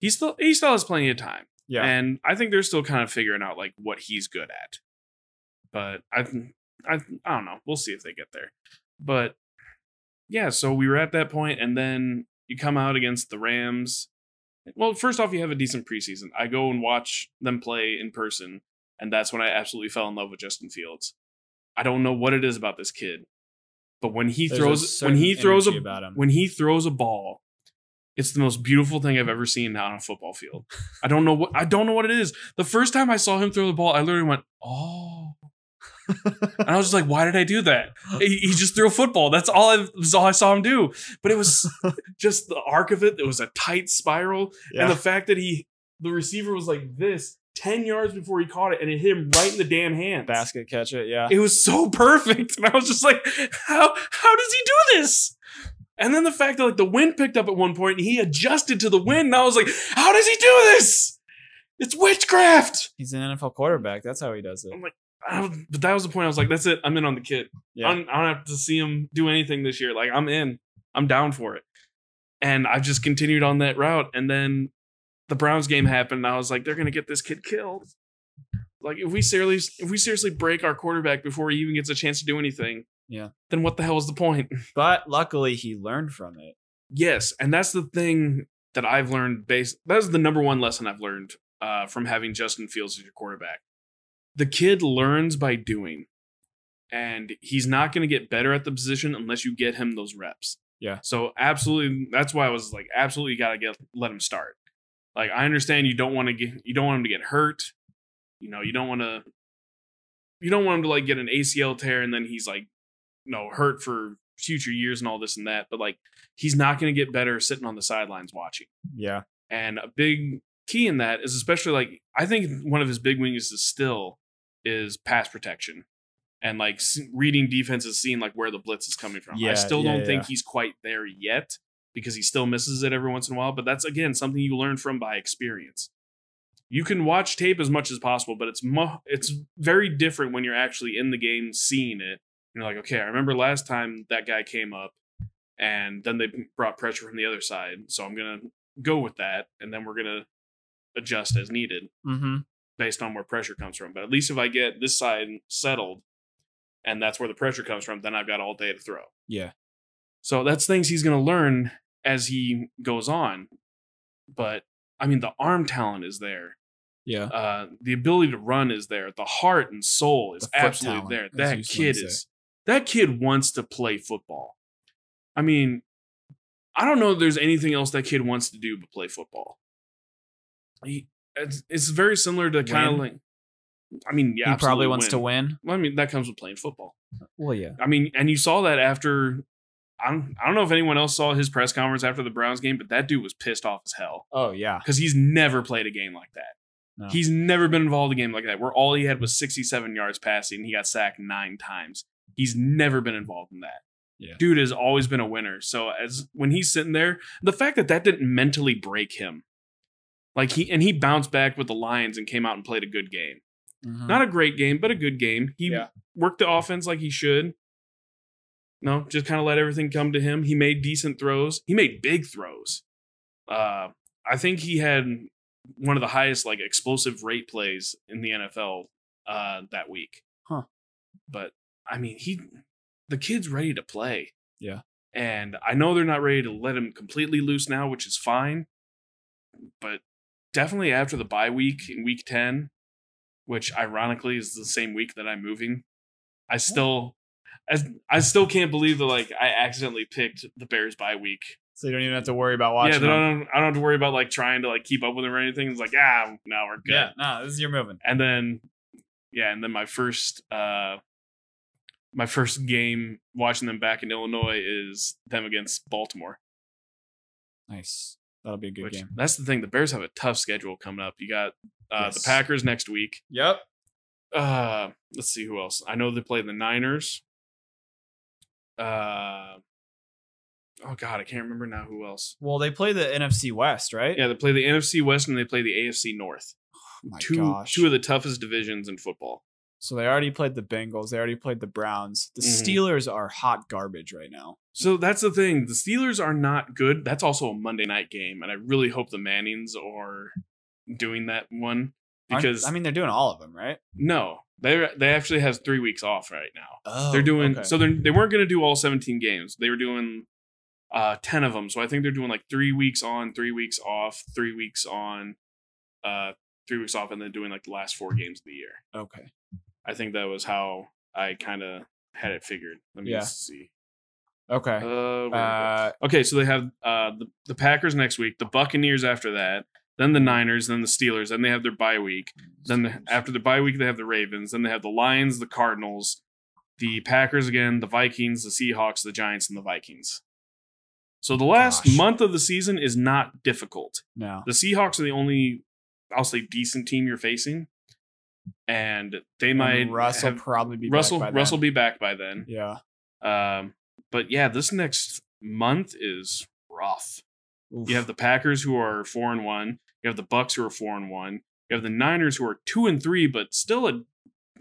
He still he still has plenty of time, yeah. and I think they're still kind of figuring out like what he's good at. But I th- I th- I don't know. We'll see if they get there. But yeah, so we were at that point, and then you come out against the Rams. Well, first off, you have a decent preseason. I go and watch them play in person, and that's when I absolutely fell in love with Justin Fields. I don't know what it is about this kid, but when he There's a throws when certain he throws energy a about him. when he throws a ball, it's the most beautiful thing I've ever seen on a football field. I don't know what I don't know what it is. The first time I saw him throw the ball, I literally went, "Oh." and I was just like, "Why did I do that?" He, he just threw a football. That's all I that's all I saw him do. But it was just the arc of it. It was a tight spiral, yeah. and the fact that he the receiver was like this 10 yards before he caught it and it hit him right in the damn hand. basket catch it. Yeah, It was so perfect. And I was just like, how how does he do this? And then the fact that like the wind picked up at one point and he adjusted to the wind, and I was like, how does he do this? It's witchcraft. he's an NFL quarterback. That's how he does it. I was- but that was the point. I was like, that's it. I'm in on the kid. Yeah. I, don't, I don't have to see him do anything this year. Like, I'm in. I'm down for it. And I've just continued on that route. And then the Browns game happened. And I was like, they're going to get this kid killed. Like, if we seriously, if we seriously break our quarterback before he even gets a chance to do anything, Yeah. then what the hell is the point? But luckily, he learned from it. Yes, and that's the thing that I've learned. Based that's the number one lesson I've learned uh, from having Justin Fields as your quarterback. The kid learns by doing, and he's not going to get better at the position unless you get him those reps. Yeah. So absolutely, that's why I was like, absolutely, got to get let him start. Like I understand you don't want to get you don't want him to get hurt. You know you don't want to you don't want him to like get an ACL tear and then he's like you know hurt for future years and all this and that. But like he's not going to get better sitting on the sidelines watching. Yeah, And a big key in that is especially like I think one of his big weaknesses still is pass protection and like s- reading defenses, seeing like where the blitz is coming from. Yeah, I still yeah, don't think yeah. he's quite there yet because he still misses it every once in a while. But that's again something you learn from by experience. You can watch tape as much as possible, but it's mu- it's very different when you're actually in the game seeing it. You're like, okay, I remember last time that guy came up, and then they brought pressure from the other side, so I'm gonna go with that, and then we're gonna adjust as needed mm-hmm. based on where pressure comes from. But at least if I get this side settled and that's where the pressure comes from, then I've got all day to throw. yeah. So that's things he's going to learn as he goes on. But I mean, the arm talent is there. Yeah. Uh, the ability to run is there. The heart and soul is The foot absolutely talent, there. as That you kid say. is. That kid wants to play football. I mean, I don't know if there's anything else that kid wants to do but play football. He, it's, it's very similar to kind Win? of like. I mean, yeah, he probably wants to win. win. Well, I mean, that comes with playing football. Well, yeah. I mean, and you saw that after. I don't, I don't know if anyone else saw his press conference after the Browns game, but that dude was pissed off as hell Oh yeah. because he's never played a game like that. No. He's never been involved in a game like that where all he had was 67 yards passing. and He got sacked nine times. He's never been involved in that. Yeah. Dude has always been a winner. So as when he's sitting there, the fact that that didn't mentally break him, like he and he bounced back with the Lions and came out and played a good game. Mhm. Not a great game, but a good game. He Yeah. worked the offense like he should. No, just kind of let everything come to him. He made decent throws. He made big throws. Uh, I think he had one of the highest like explosive rate plays in the NFL uh, that week. Huh. But I mean, he the kid's ready to play. Yeah. And I know they're not ready to let him completely loose now, which is fine. But definitely after the bye week in week 10, which ironically is the same week that I'm moving, I still as I still can't believe that like I accidentally picked the Bears bye week. So you don't even have to worry about yeah, watching. then I them. don't I don't have to worry about like trying to like keep up with them or anything. It's like, ah, now we're good yeah. Nah, this is your moving. and then yeah and then my first uh my first game watching them back in illinois is them against baltimore Nice. That'll be a good which game. that's the thing the bears have a tough schedule coming up you got uh the Yes. packers next week Yep. uh let's see who else i know they play the niners uh oh god i can't remember now who else Well, they play the NFC West, right? yeah they play the nfc west and they play the afc north Oh my two gosh. two of the toughest divisions in football so they already played the Bengals. They already played the Browns. The Mhm. Steelers are hot garbage right now. So that's the thing. The Steelers are not good. That's also a Monday night game, and I really hope the Mannings are doing that one Aren't- because I mean, they're doing all of them, right? no, they they actually has three weeks off right now. Oh, they're doing okay. so they're, they weren't going to do all seventeen games. They were doing uh ten of them. So I think they're doing like three weeks on, three weeks off, three weeks on, uh three weeks off, and then doing like the last four games of the year. Okay. I think that was how I kind of had it figured. Let me Yeah. see. Okay. Uh, where am I? Uh, Okay, so they have uh, the, the Packers next week, the Buccaneers after that, then the Niners, then the Steelers, then they have their bye week. Then the, after the bye week, they have the Ravens, then they have the Lions, the Cardinals, the Packers again, the Vikings, the Seahawks, the Giants, and the Vikings. So the last Gosh. month of the season is not difficult. no. The Seahawks are the only, I'll say, decent team you're facing, and they might And Russell have- probably be back Russell by then. Russell be back by then. Yeah. Um, but yeah, this next month is rough. Oof. You have the Packers who are four and one. You have the Bucks who are four and one. You have the Niners who are two and three, but still a,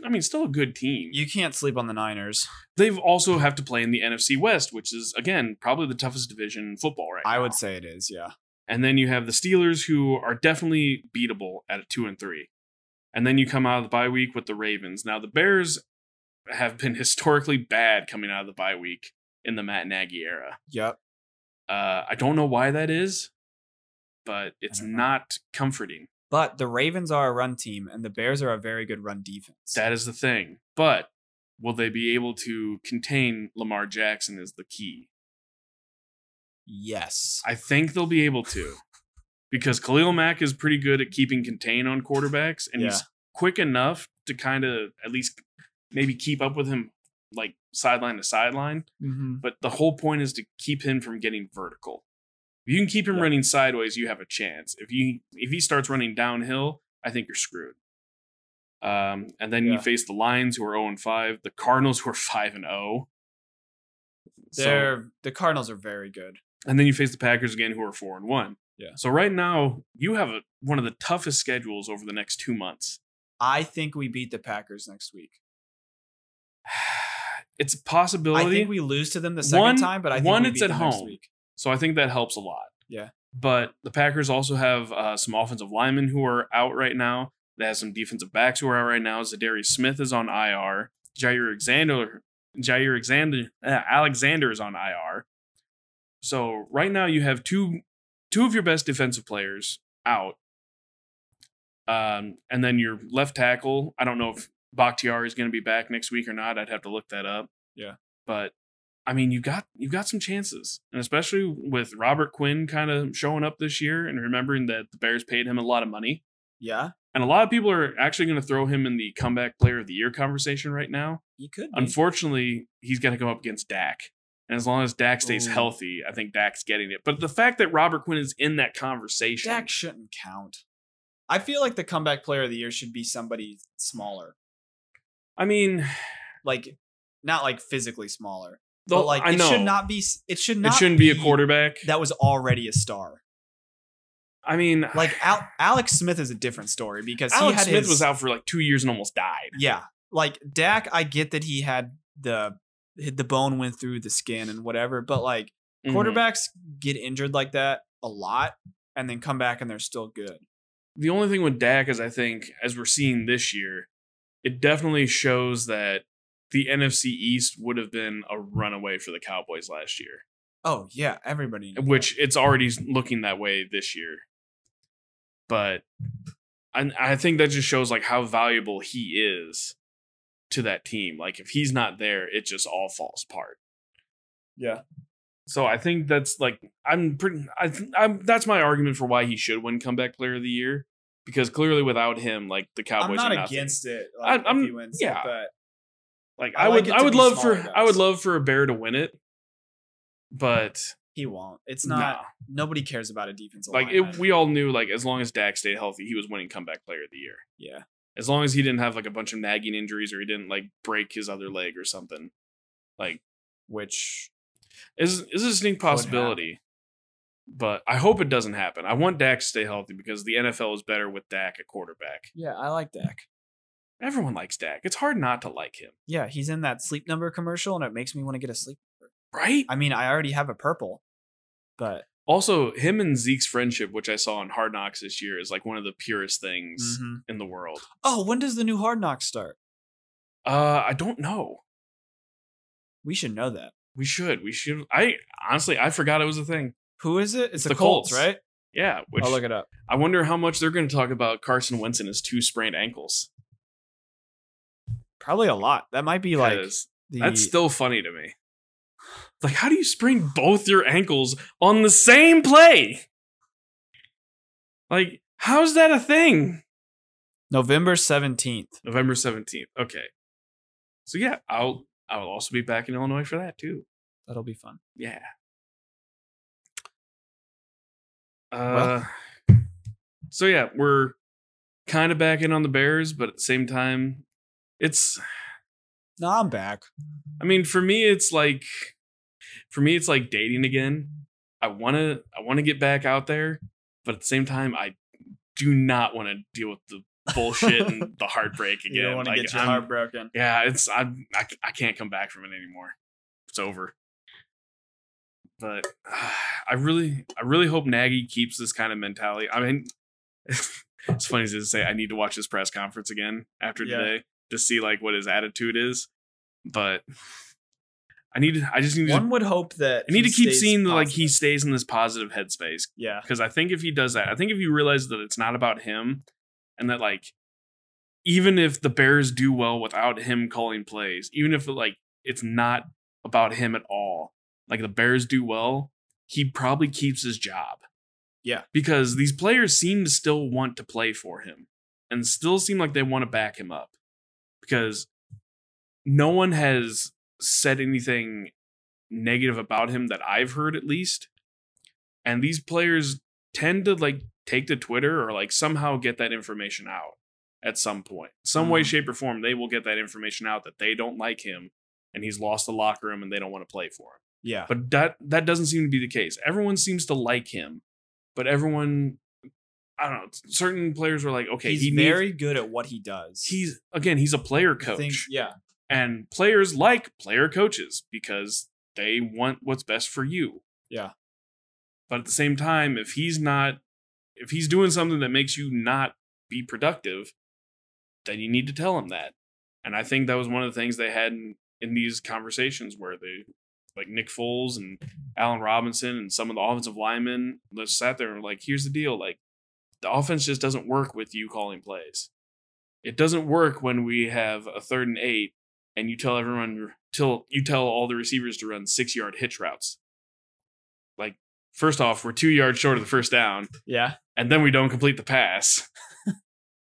I mean, still a good team. you can't sleep on the Niners. They've also have to play in the NFC West, which is again probably the toughest division in football right I now. would say it is. Yeah. And then you have the Steelers who are definitely beatable at a two and three. And then you come out of the bye week with the Ravens. Now the Bears have been historically bad coming out of the bye week in the Matt Nagy era. Yep. Uh, I don't know why that is, but it's don't know. not comforting. But the Ravens are a run team, and the Bears are a very good run defense. That is the thing. But will they be able to contain Lamar Jackson is the key. yes. I think they'll be able to because Khalil Mack is pretty good at keeping contain on quarterbacks and Yeah. he's quick enough to kind of at least maybe keep up with him like sideline to sideline. mm-hmm. But the whole point is to keep him from getting vertical. If you can keep him Yeah. running sideways, you have a chance. If you if he starts running downhill, I think you're screwed. Um, and then Yeah. you face the Lions, who are 0 and 5, the Cardinals, who are 5 and 0. So- They're the Cardinals are very good. and then you face the Packers again, who are four and one. Yeah. So right now you have a, one of the toughest schedules over the next two months. I think we beat the Packers next week. It's a I possibility. think we lose to them the second One- time, but I think one, we it's beat at them next home. week. so I think that helps a lot. Yeah. But the Packers also have uh, some offensive linemen who are out right now. They have some defensive backs who are out right now. Zadarius Smith is on IR. Jair Alexander, Jair Alexander, uh, Alexander is on IR. So right now you have two, two of your best defensive players out. Um, and then your left tackle. I don't know if Bakhtiari is going to be back next week or not. I'd have to look that up. Yeah. But I mean, you got you got some chances, and especially with Robert Quinn kind of showing up this year, and remembering that the Bears paid him a lot of money, Yeah, and a lot of people are actually going to throw him in the comeback player of the year conversation right now. you could. Be. Unfortunately, he's going to go up against Dak, and as long as Dak stays Ooh. healthy, I think Dak's getting it. But the fact that Robert Quinn is in that conversation, Dak shouldn't count. I feel like the comeback player of the year should be somebody smaller, I mean, like not like physically smaller, though, but like I it know should not be. s- It should not. it shouldn't be a quarterback. that was already a star. I mean, Like Al- Alex Smith is a different story because he Alex had Smith his, was out for like two years and almost died. Yeah, like Dak, I get that he had the hit the bone went through the skin and whatever. But like Mm-hmm. quarterbacks get injured like that a lot and then come back and they're still good. the only thing with Dak is I think as we're seeing this year, it definitely shows that the NFC East would have been a runaway for the Cowboys last year, Oh yeah, everybody. knew which it's already looking that way this year. But I, I think that just shows like how valuable he is to that team. Like if he's not there, it just all falls apart. Yeah. So I think that's like I'm pretty. I th- I'm that's my argument for why he should win comeback player of the year because clearly without him, like the that. Cowboys I'm are not nothing. against it. I- Like, I'm- if he wins it, yeah. but Like I I, like would, it I to would be love for smaller I would guys. love for a bear to win it, but he won't. It's it's not. not Nobody cares about a defensive like lineman. it, we all knew. Like as long as Dak stayed healthy, he was winning comeback player of the year. yeah. As long as he didn't have like a bunch of nagging injuries or he didn't like break his other leg or something, like Which is is a distinct happen. possibility. But I hope it doesn't happen. I want Dak to stay healthy because the NFL is better with Dak at quarterback. yeah, I like Dak. Everyone likes Dak. It's hard not to like him, Yeah, he's in that sleep number commercial, and it makes me want to get a sleep. right? I mean, I already have a purple, but Also, him and Zeke's friendship, which I saw on Hard Knocks this year, is like one of the purest things Mhm. in the world. oh, when does the new Hard Knocks start? Uh, I don't know. We should know that. We should. We should. I honestly, I forgot it was a thing. Who is it? It's, the, the Colts, Colts. right? Yeah. Which I'll Oh, look it up. I wonder how much they're going to talk about Carson Wentz and his two sprained ankles. Probably a lot. That might be like 'Cause the that's still funny to me. Like, how do you sprain both your ankles on the same play? Like, how's that a thing? November seventeenth. November seventeenth. Okay. So yeah, I'll I will also be back in Illinois for that too. That'll be fun. Yeah. Uh, Well- so yeah, we're kind of back in on the Bears, but at the same time, it's. No, I'm back. I mean, for me, it's like, for me, it's like dating again. I wanna, I wanna get back out there, but at the same time, I do not want to deal with the bullshit and the heartbreak again. You don't want to Like, get your I'm- heart broken. yeah, it's I, I I can't come back from it anymore. It's over. But I really I really hope Nagy keeps this kind of mentality. I mean, it's funny to say I need to watch his press conference again after Yeah. today to see like what his attitude is. But I need to- I just need to One would hope that I need he to keep stays seeing that like he positive. stays in this positive headspace yeah because I think if he does that, I think if he realizes that it's not about him and that like even if the Bears do well without him calling plays, even if like it's not about him at all, like the Bears do well, he probably keeps his job. Yeah. Because these players seem to still want to play for him and still seem like they want to back him up because no one has said anything negative about him that I've heard at least. And these players tend to like take to Twitter or like somehow get that information out at some point. Some way, Mhm. shape, or form, they will get that information out that they don't like him and he's lost the locker room and they don't want to play for him. yeah. But that that doesn't seem to be the case. Everyone seems to like him, but everyone, I don't know. Certain players were like, okay, he's he needs- very good at what he does. he's again, he's a player I coach, think- yeah. and players like player coaches because they want what's best for you. Yeah. But at the same time, if he's not, if he's doing something that makes you not be productive, then you need to tell him that. And I think that was one of the things they had in, in these conversations where they, like Nick Foles and Allen Robinson and some of the offensive linemen, that sat there and were like, here's the deal. Like, the offense just doesn't work with you calling plays. It doesn't work when we have a third and eight and you tell everyone, till you tell all the receivers to run six yard hitch routes. Like, first off, we're two yards short of the first down Yeah. and then we don't complete the pass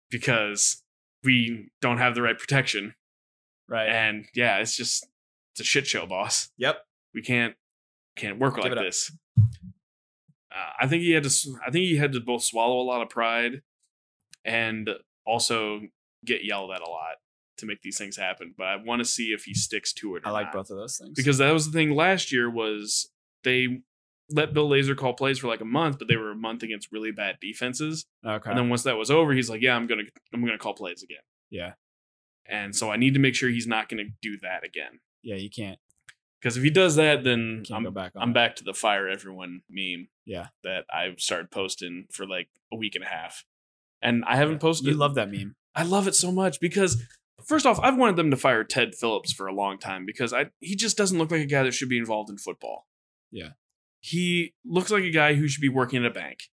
because we don't have the right protection. Right. And yeah, it's just it's a shit show, boss. yep. We can't can't work Give like it up. this. Uh, I think he had to. s- I think he had to both swallow a lot of pride and also get yelled at a lot to make these things happen. But I want to see if he sticks to it. Or I like not. both of those things. Ah. because that was the thing last year was they let Bill Lazor call plays for like a month, but they were a month against really bad defenses. okay. And then once that was over, he's like, "Yeah, I'm gonna I'm gonna call plays again." Yeah. And so I need to make sure he's not gonna do that again. yeah, you can't Because if he does that, then Can't I'm, go back on. I'm it. back to the fire everyone meme. Yeah. That I started posting for like a week and a half. And I haven't posted You love that meme. I love it so much because first off, I've wanted them to fire Ted Phillips for a long time because I he just doesn't look like a guy that should be involved in football. Yeah. He looks like a guy who should be working at a bank.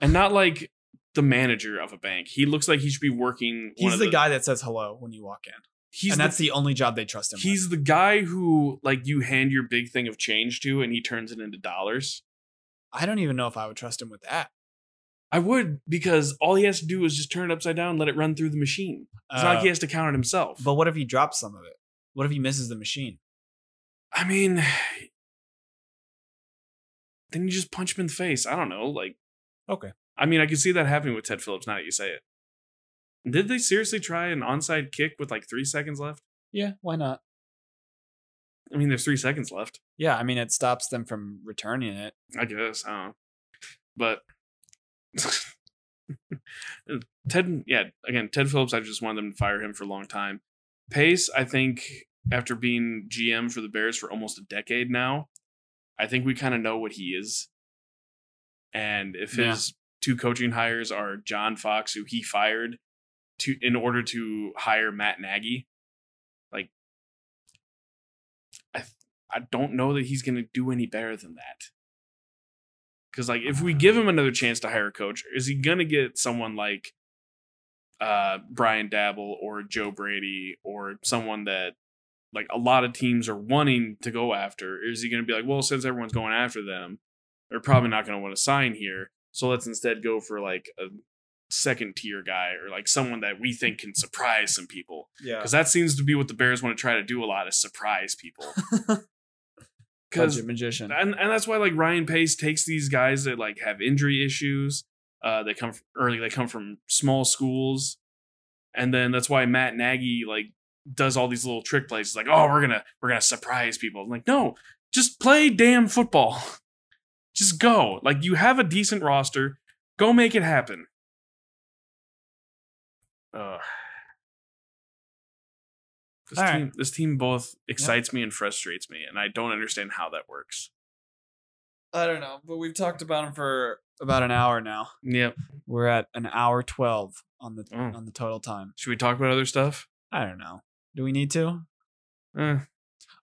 And not like the manager of a bank. He looks like he should be working one He's of the, guy that says hello when you walk in, he's and the- that's the only job they trust him. with. He's the guy who like you hand your big thing of change to and he turns it into dollars. I don't even know if I would trust him with that. I would because all he has to do is just turn it upside down and let it run through the machine. It's not Uh, like he has to count it himself. but what if he drops some of it? What if he misses the machine? I mean, then you just punch him in the face. I don't know. Like, Okay. I mean, I could see that happening with Ted Phillips now that you say it. Did they seriously try an onside kick with like three seconds left? Yeah, why not? I mean, there's three seconds left. Yeah, I mean it stops them from returning it. I guess. I don't know. But Ted, yeah, again, Ted Phillips, I just wanted them to fire him for a long time. Pace, I think, after being GM for the Bears for almost a decade now, I think we kind of know what he is. And if Yeah. his two coaching hires are John Fox, who he fired to in order to hire Matt Nagy, like I th- I don't know that he's going to do any better than that. Because like if we give him another chance to hire a coach, is he gonna get someone like uh Brian Dabble or Joe Brady or someone that like a lot of teams are wanting to go after? Or is he gonna be like, well, since everyone's going after them, they're probably not gonna want to sign here, so let's instead go for like a second tier guy or like someone that we think can surprise some people Yeah. because that seems to be what the Bears want to try to do a lot is surprise people. Because Budget magician. and and that's why like Ryan Pace takes these guys that like have injury issues. Uh, they come from, or they come from small schools, and then that's why Matt Nagy like does all these little trick plays. It's like, oh, we're gonna we're gonna surprise people. I'm like, no, just play damn football. Just go. Like you have a decent roster. Go make it happen. Uh, this All right. team, this team both excites me and frustrates me, and I don't understand how that works. I don't know, but we've talked about him for about an hour now. Yep. We're at an hour twelve on the Mm. on the total time. Should we talk about other stuff? I don't know. Do we need to? Eh.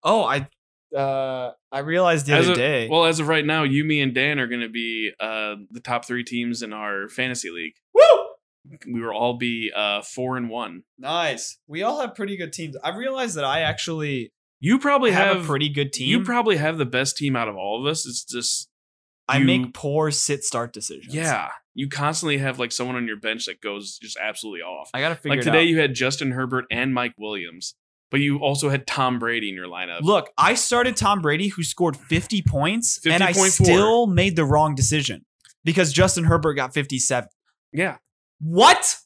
Oh, I uh I realized the As other of- day. Well, as of right now, you, me, and Dan are going to be uh, the top three teams in our fantasy league. Woo! We will all be uh, four and one. Nice. We all have pretty good teams. I realized that I actually You probably have, have, a pretty good team. You probably have the best team out of all of us. It's just I you- make poor sit start decisions. yeah. You constantly have like someone on your bench that goes just absolutely off. I gotta figure Like it today, out. you had Justin Herbert and Mike Williams, but you also had Tom Brady in your lineup. Look, I started Tom Brady, who scored 50 points, and I 50.4. still made the wrong decision because Justin Herbert got 57. yeah, What?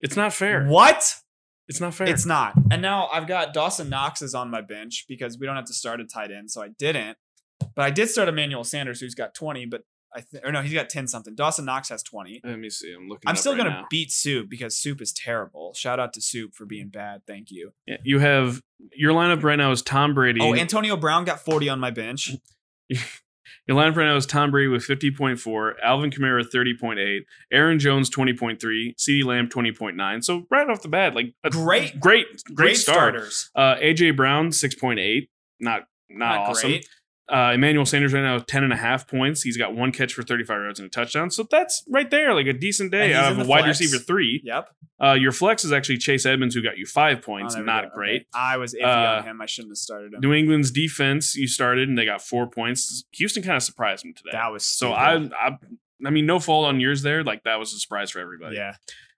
it's not fair. What? It's not fair. It's not. And now I've got Dawson Knox is on my bench because we don't have to start a tight end, so I didn't. But I did start Emmanuel Sanders, who's got 20, but I th- or no, he's got 10 something. Dawson Knox has 20. Let me see. I'm looking. I'm it up still right gonna now. beat Soup because Soup is terrible. Shout out to Soup for being bad. Thank you. Yeah, you have your lineup right now is Tom Brady. Oh, Antonio Brown got 40 on my bench. your lineup right now is Tom Brady with 50.4, Alvin Kamara 30.8, Aaron Jones 20.3, CeeDee Lamb 20.9. So right off the bat, like a Great- great, great, start. starters. Uh, AJ Brown 6.8, not not, Not awesome. great. Uh, Emmanuel Sanders right now is 10 and a half points. He's got one catch for 35 yards and a touchdown. So that's right there, like a decent And day he's out in of a the wide flex. receiver three. Yep. Uh, your flex is actually Chase Edmonds, who got you five points. Oh, there we go. not Okay. great. I was iffy Uh, on him. I shouldn't have started him. New England's defense, you started and they got four points. Houston kind of surprised me today. that was so stupid. I, I, I mean, no fault on yours there. Like that was a surprise for everybody. yeah,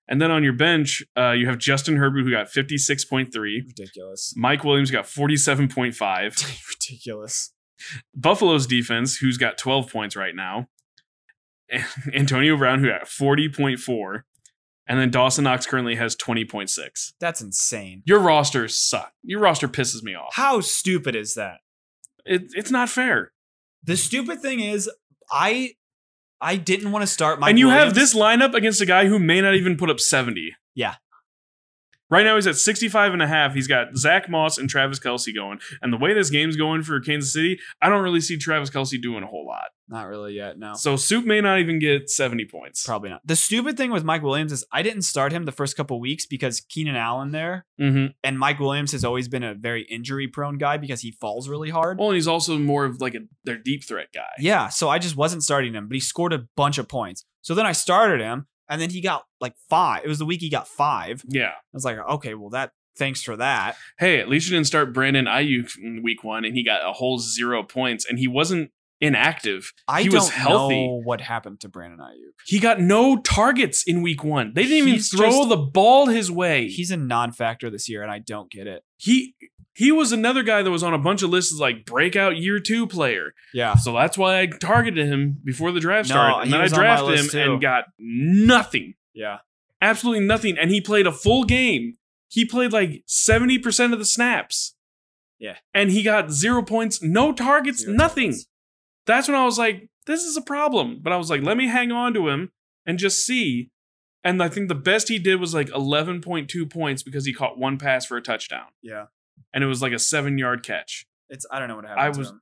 And then on your bench, uh, you have Justin Herbert who got fifty six point three. ridiculous, Mike Williams got forty seven point five. ridiculous. Buffalo's defense, who's got twelve points right now. And Antonio Brown, who got forty point four, and then Dawson Knox currently has twenty point six. That's insane. Your roster suck. Your roster pisses me off. How stupid is that? It, it's not fair. The stupid thing is, I, I didn't want to start my. and you have this lineup against a guy who may not even put up 70. Yeah. Right now he's at 65 and a half. He's got Zach Moss and Travis Kelsey going. And the way this game's going for Kansas City, I don't really see Travis Kelsey doing a whole lot. Not really yet. No. So Soup may not even get 70 points. Probably not. The stupid thing with Mike Williams is I didn't start him the first couple weeks because Keenan Allen there Mm-hmm. and Mike Williams has always been a very injury prone guy because he falls really hard. Well, and he's also more of like a their deep threat guy. Yeah, so I just wasn't starting him, but he scored a bunch of points. So then I started him, and then he got like five. It was the week he got five. I Yeah. was like, okay, well that thanks for that. Hey, at least you didn't start Brandon Ayuk in week one and he got a whole zero points and he wasn't inactive. I He don't was healthy. know what happened to Brandon Ayuk. He got no targets in week one. They didn't even He's throw just- the ball his way. He's a non-factor this year, and I don't get it. he he was another guy that was on a bunch of lists as like breakout year two player. Yeah, So that's why I targeted him before the draft No, started. he And then I was on my drafted him list too. and got nothing. yeah. Absolutely nothing. And he played a full game. He played like 70% of the snaps. Yeah. And he got zero points, no targets, Zero nothing. targets. That's when I was like, this is a problem. But I was like, let me hang on to him and just see. And I think the best he did was like 11.2 points because he caught one pass for a touchdown. Yeah. And it was like a seven yard catch. It's I don't know what happened. I to was- him.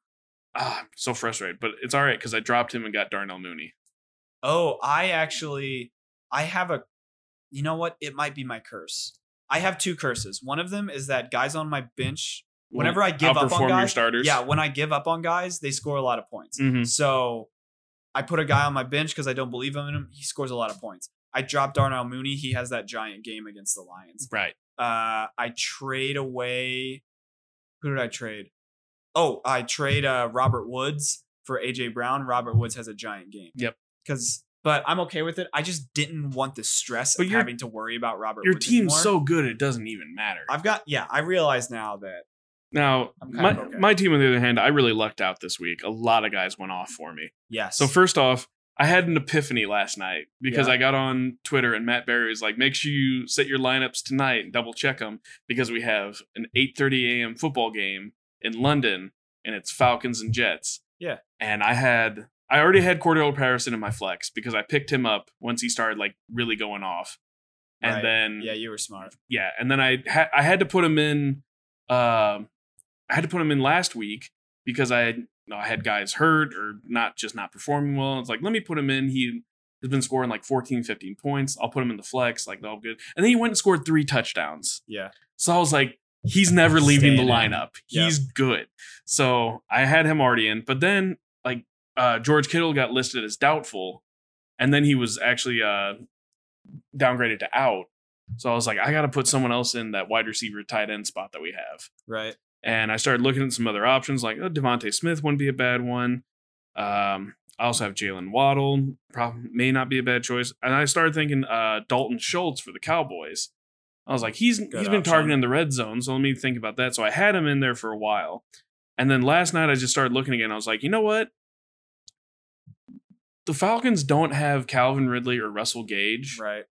Ah, I'm so frustrated, but it's all right because I dropped him and got Darnell Mooney. Oh, I actually I have a you know what? It might be my curse. I have two curses. One of them is that guys on my bench, whenever I give up on outperform your guys, starters. yeah, when I give up on guys, they score a lot of points. Mhm. So I put a guy on my bench because I don't believe in him. He scores a lot of points. I drop Darnell Mooney. He has that giant game against the Lions. right. Uh, I trade away. Who did I trade? Oh, I trade uh, Robert Woods for AJ Brown. Robert Woods has a giant game. Yep. Because, but I'm okay with it. I just didn't want the stress But of your- having to worry about Robert. Your Woods team's anymore. so good it doesn't even matter. I've got yeah. I realize now that now, I'm my, kind of okay. my team on the other hand, I really lucked out this week. A lot of guys went off for me. yes. So first off, I had an epiphany last night because Yeah. I got on Twitter and Matt Barry was like, "Make sure you set your lineups tonight and double check them because we have an 8:30 a.m. football game in London and it's Falcons and Jets." Yeah. And I had I already had Cordell Patterson in my flex because I picked him up once he started like really going off. And Right. then yeah, you were smart. yeah, and then I ha- I had to put him in. Um, I had to put him in last week because I had you know, I had guys hurt or not just not performing well. It's like let me put him in. He has been scoring like 14, 15 points. I'll put him in the flex. Like all good. And then he went and scored three touchdowns. Yeah. So I was like, he's never leaving the Staying in. lineup. Yeah. He's good. So I had him already in. But then like uh, George Kittle got listed as doubtful, and then he was actually uh, downgraded to out. So I was like, I got to put someone else in that wide receiver tight end spot that we have. Right. And I started looking at some other options, like oh, Devonte Smith wouldn't be a bad one. Um, I also have Jalen Waddle, prob- may not be a bad choice. And I started thinking uh, Dalton Schultz for the Cowboys. I was like, he's he's been option. targeting the red zone, so let me think about that. So I had him in there for a while, and then last night I just started looking again. I was like, you know what? The Falcons don't have Calvin Ridley or Russell Gage. Right.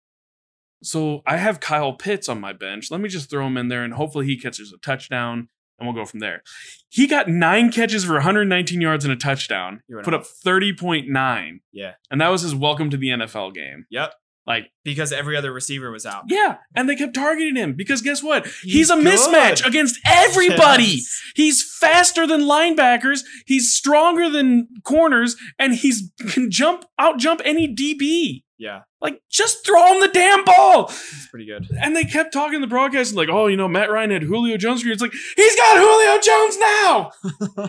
So I have Kyle Pitts on my bench. Let me just throw him in there and hopefully he catches a touchdown and we'll go from there. He got nine catches for 119 yards and a touchdown, You went put up 30.9. Yeah. And that was his welcome to the NFL game. Yep. Like, Because every other receiver was out. yeah. And they kept targeting him because guess what? He's, He's a mismatch good. against everybody. Yes. He's faster than linebackers. He's stronger than corners, and he's can jump out jump any DB. Yeah, Like, just throw him the damn ball. it's pretty good. And they kept talking in the broadcast like, oh, you know, Matt Ryan had Julio Jones. for you." It's like he's got Julio Jones now.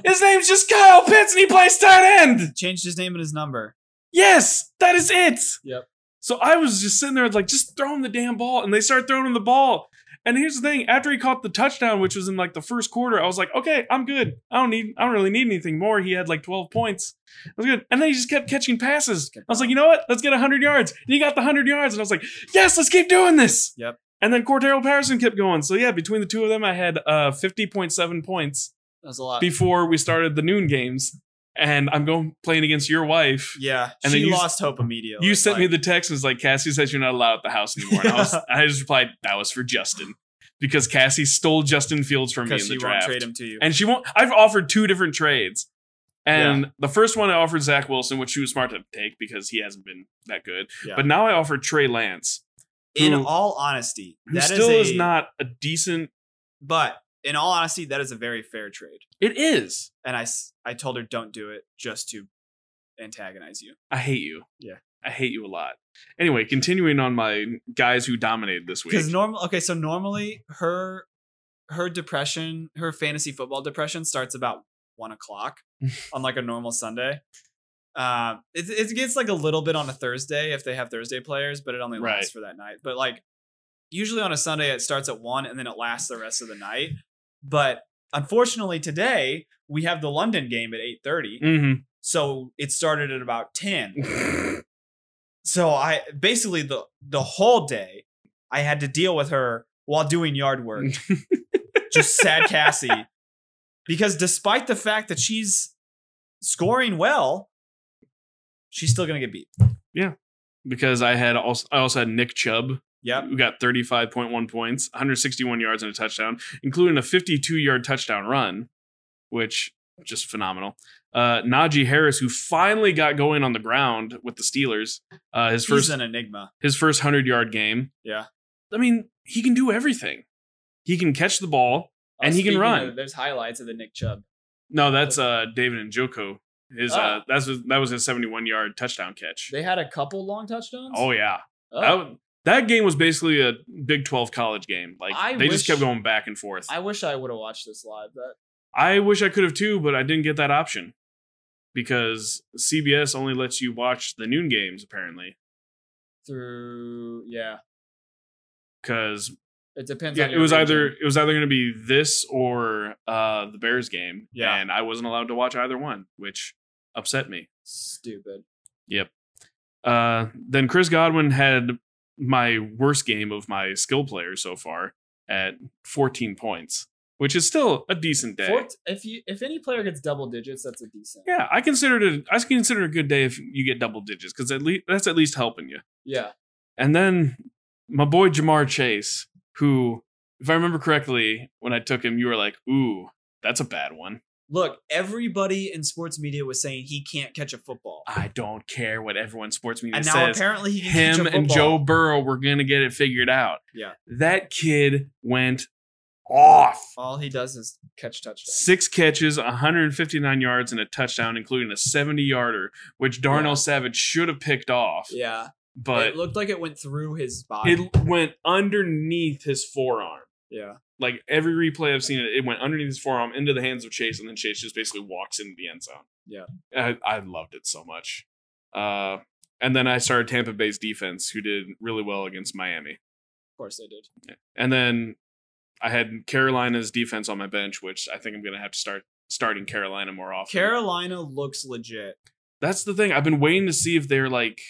his name's just Kyle Pitts, and he plays tight end. Changed his name and his number. Yes, that is it. Yep. So I was just sitting there like, just throw him the damn ball, and they start throwing him the ball. And here's the thing: after he caught the touchdown, which was in like the first quarter, I was like, okay, I'm good. I don't need, I don't really need anything more. He had like 12 points. I was good. And then he just kept catching passes. I was like, you know what? Let's get 100 yards. And he got the 100 yards, and I was like, yes, let's keep doing this. Yep. And then Cordero Patterson kept going. So yeah, between the two of them, I had uh 50.7 points That was a lot. before we started the noon games. And I'm going playing against your wife. yeah, And she then you- lost hope immediately. You sent me Like, the text and was like, Cassie says you're not allowed at the house anymore. And I, was, I just replied, that was for Justin. Because Cassie stole Justin Fields from me in because the she won't draft. trade him to you. And she won't. I've offered two different trades. And the first one I offered Zach Wilson, which she was smart to take because he hasn't been that good. Yeah. But now I offer Trey Lance. In Who- all honesty, Who that is still is, a- not a decent. But in all honesty, that is a very fair trade. It is. And I, s- I told her don't do it just to antagonize you. I hate you. Yeah. I hate you a lot. Anyway, continuing on my guys who dominated this week. Because normal, okay, so normally her her depression, her fantasy football depression starts about one o'clock on like a normal Sunday. Um, it, it gets like a little bit on a Thursday if they have Thursday players, but it only lasts Right. for that night. But like usually on a Sunday, it starts at one and then it lasts the rest of the night. But unfortunately, today we have the London game at eight thirty, Mhm. so it started at about ten. Mm-hmm. So I basically the the whole day I had to deal with her while doing yard work. Just sad Cassie. Because despite the fact that she's scoring well, she's still gonna get beat. because I had also I also had Nick Chubb Yep. who got 35.1 points, 161 yards and a touchdown, including a 52-yard touchdown run, which just phenomenal. Uh, Najee Harris, who finally got going on the ground with the Steelers, uh, his First first an enigma. his first 100 yard game. Yeah. I mean, he can do everything. He can catch the ball. And he can speaking run. of- there's highlights of the Nick Chubb. No, that's uh, David and Joko. His uh, Ah. that's that was his 71 yard touchdown catch. They had a couple long touchdowns. oh yeah, Oh. That, w- that game was basically a Big 12 college game. Like I they just wish- kept going back and forth. I wish I would have watched this live. That I wish I could have too, but I didn't get that option because CBS only lets you watch the noon games apparently. through yeah. Because It depends Yeah, on it your was either region. it was either going to be this or uh, the Bears game. Yeah. and I wasn't allowed to watch either one, which upset me. stupid. Uh, then Chris Godwin had my worst game of my skill players so far at 14 points, which is still a decent day. Fourth, if you if any player gets double digits, that's a decent. yeah, I consider it. A, I consider it a good day if you get double digits because at least that's at least helping you. Yeah. And then my boy Jamar Chase, who, if I remember correctly, when I took him, you were like, "Ooh, that's a bad one." Look, everybody in sports media was saying he can't catch a football. I don't care what everyone sports media And now says. apparently he can catch a Him football. and Joe Burrow were gonna get it figured out. Yeah. that kid went off. All he does is catch touchdowns. Six catches, 159 yards, and a touchdown, including a 70 yarder, which Darnell Yeah. Savage should have picked off, Yeah. but it looked like it went through his body. it went underneath his forearm. yeah. Like every replay I've seen, it, it went underneath his forearm into the hands of Chase, and then Chase just basically walks into the end zone. Yeah. I, I loved it so much. Uh, and then I started Tampa Bay's defense, who did really well against Miami. Of course they did. And then I had Carolina's defense on my bench, which I think I'm going to have to start starting Carolina more often. Carolina looks legit. That's the thing. I've been waiting to see if they're like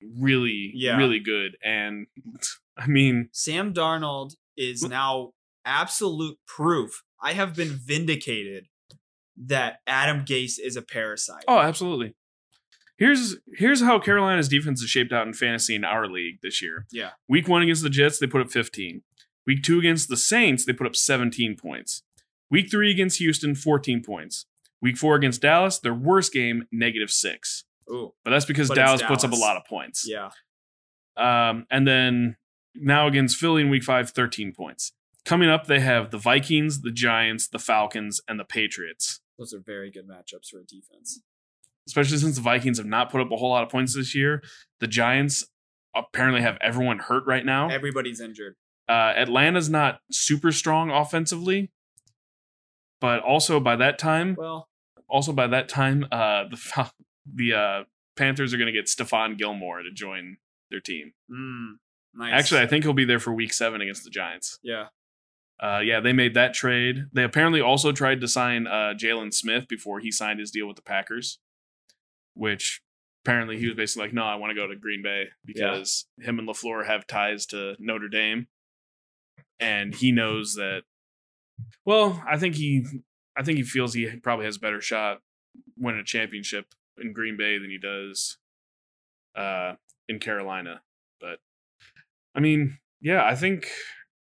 really, Yeah. really good. And I mean, Sam Darnold is now absolute proof. I have been vindicated that Adam Gase is a parasite. oh, absolutely. Here's here's how Carolina's defense is shaped out in fantasy in our league this year. Yeah. Week one against the Jets, they put up 15. Week two against the Saints, they put up 17 points. Week three against Houston, 14 points. Week four against Dallas, their worst game, negative six. Ooh. But that's because But it's Dallas, puts up a Dallas. lot of points. Yeah. Um, and then now against Philly in week five, 13 points. Coming up, they have the Vikings, the Giants, the Falcons, and the Patriots. Those are very good matchups for a defense. Especially since the Vikings have not put up a whole lot of points this year. The Giants apparently have everyone hurt right now. Everybody's injured. Uh, Atlanta's not super strong offensively, but also by that time, Well, also by that time, uh, the Fal- the uh, Panthers are going to get Stephon Gilmore to join their team. mm, nice. Actually, I think he'll be there for Week Seven against the Giants. yeah. Uh, yeah, they made that trade. They apparently also tried to sign uh, Jalen Smith before he signed his deal with the Packers, which apparently he was basically like, "No, I want to go to Green Bay because him and Lafleur have ties to Notre Dame, and he knows that." Well, I think he, I think he feels he probably has a better shot winning a championship in Green Bay than he does uh, in Carolina. But I mean, yeah, I think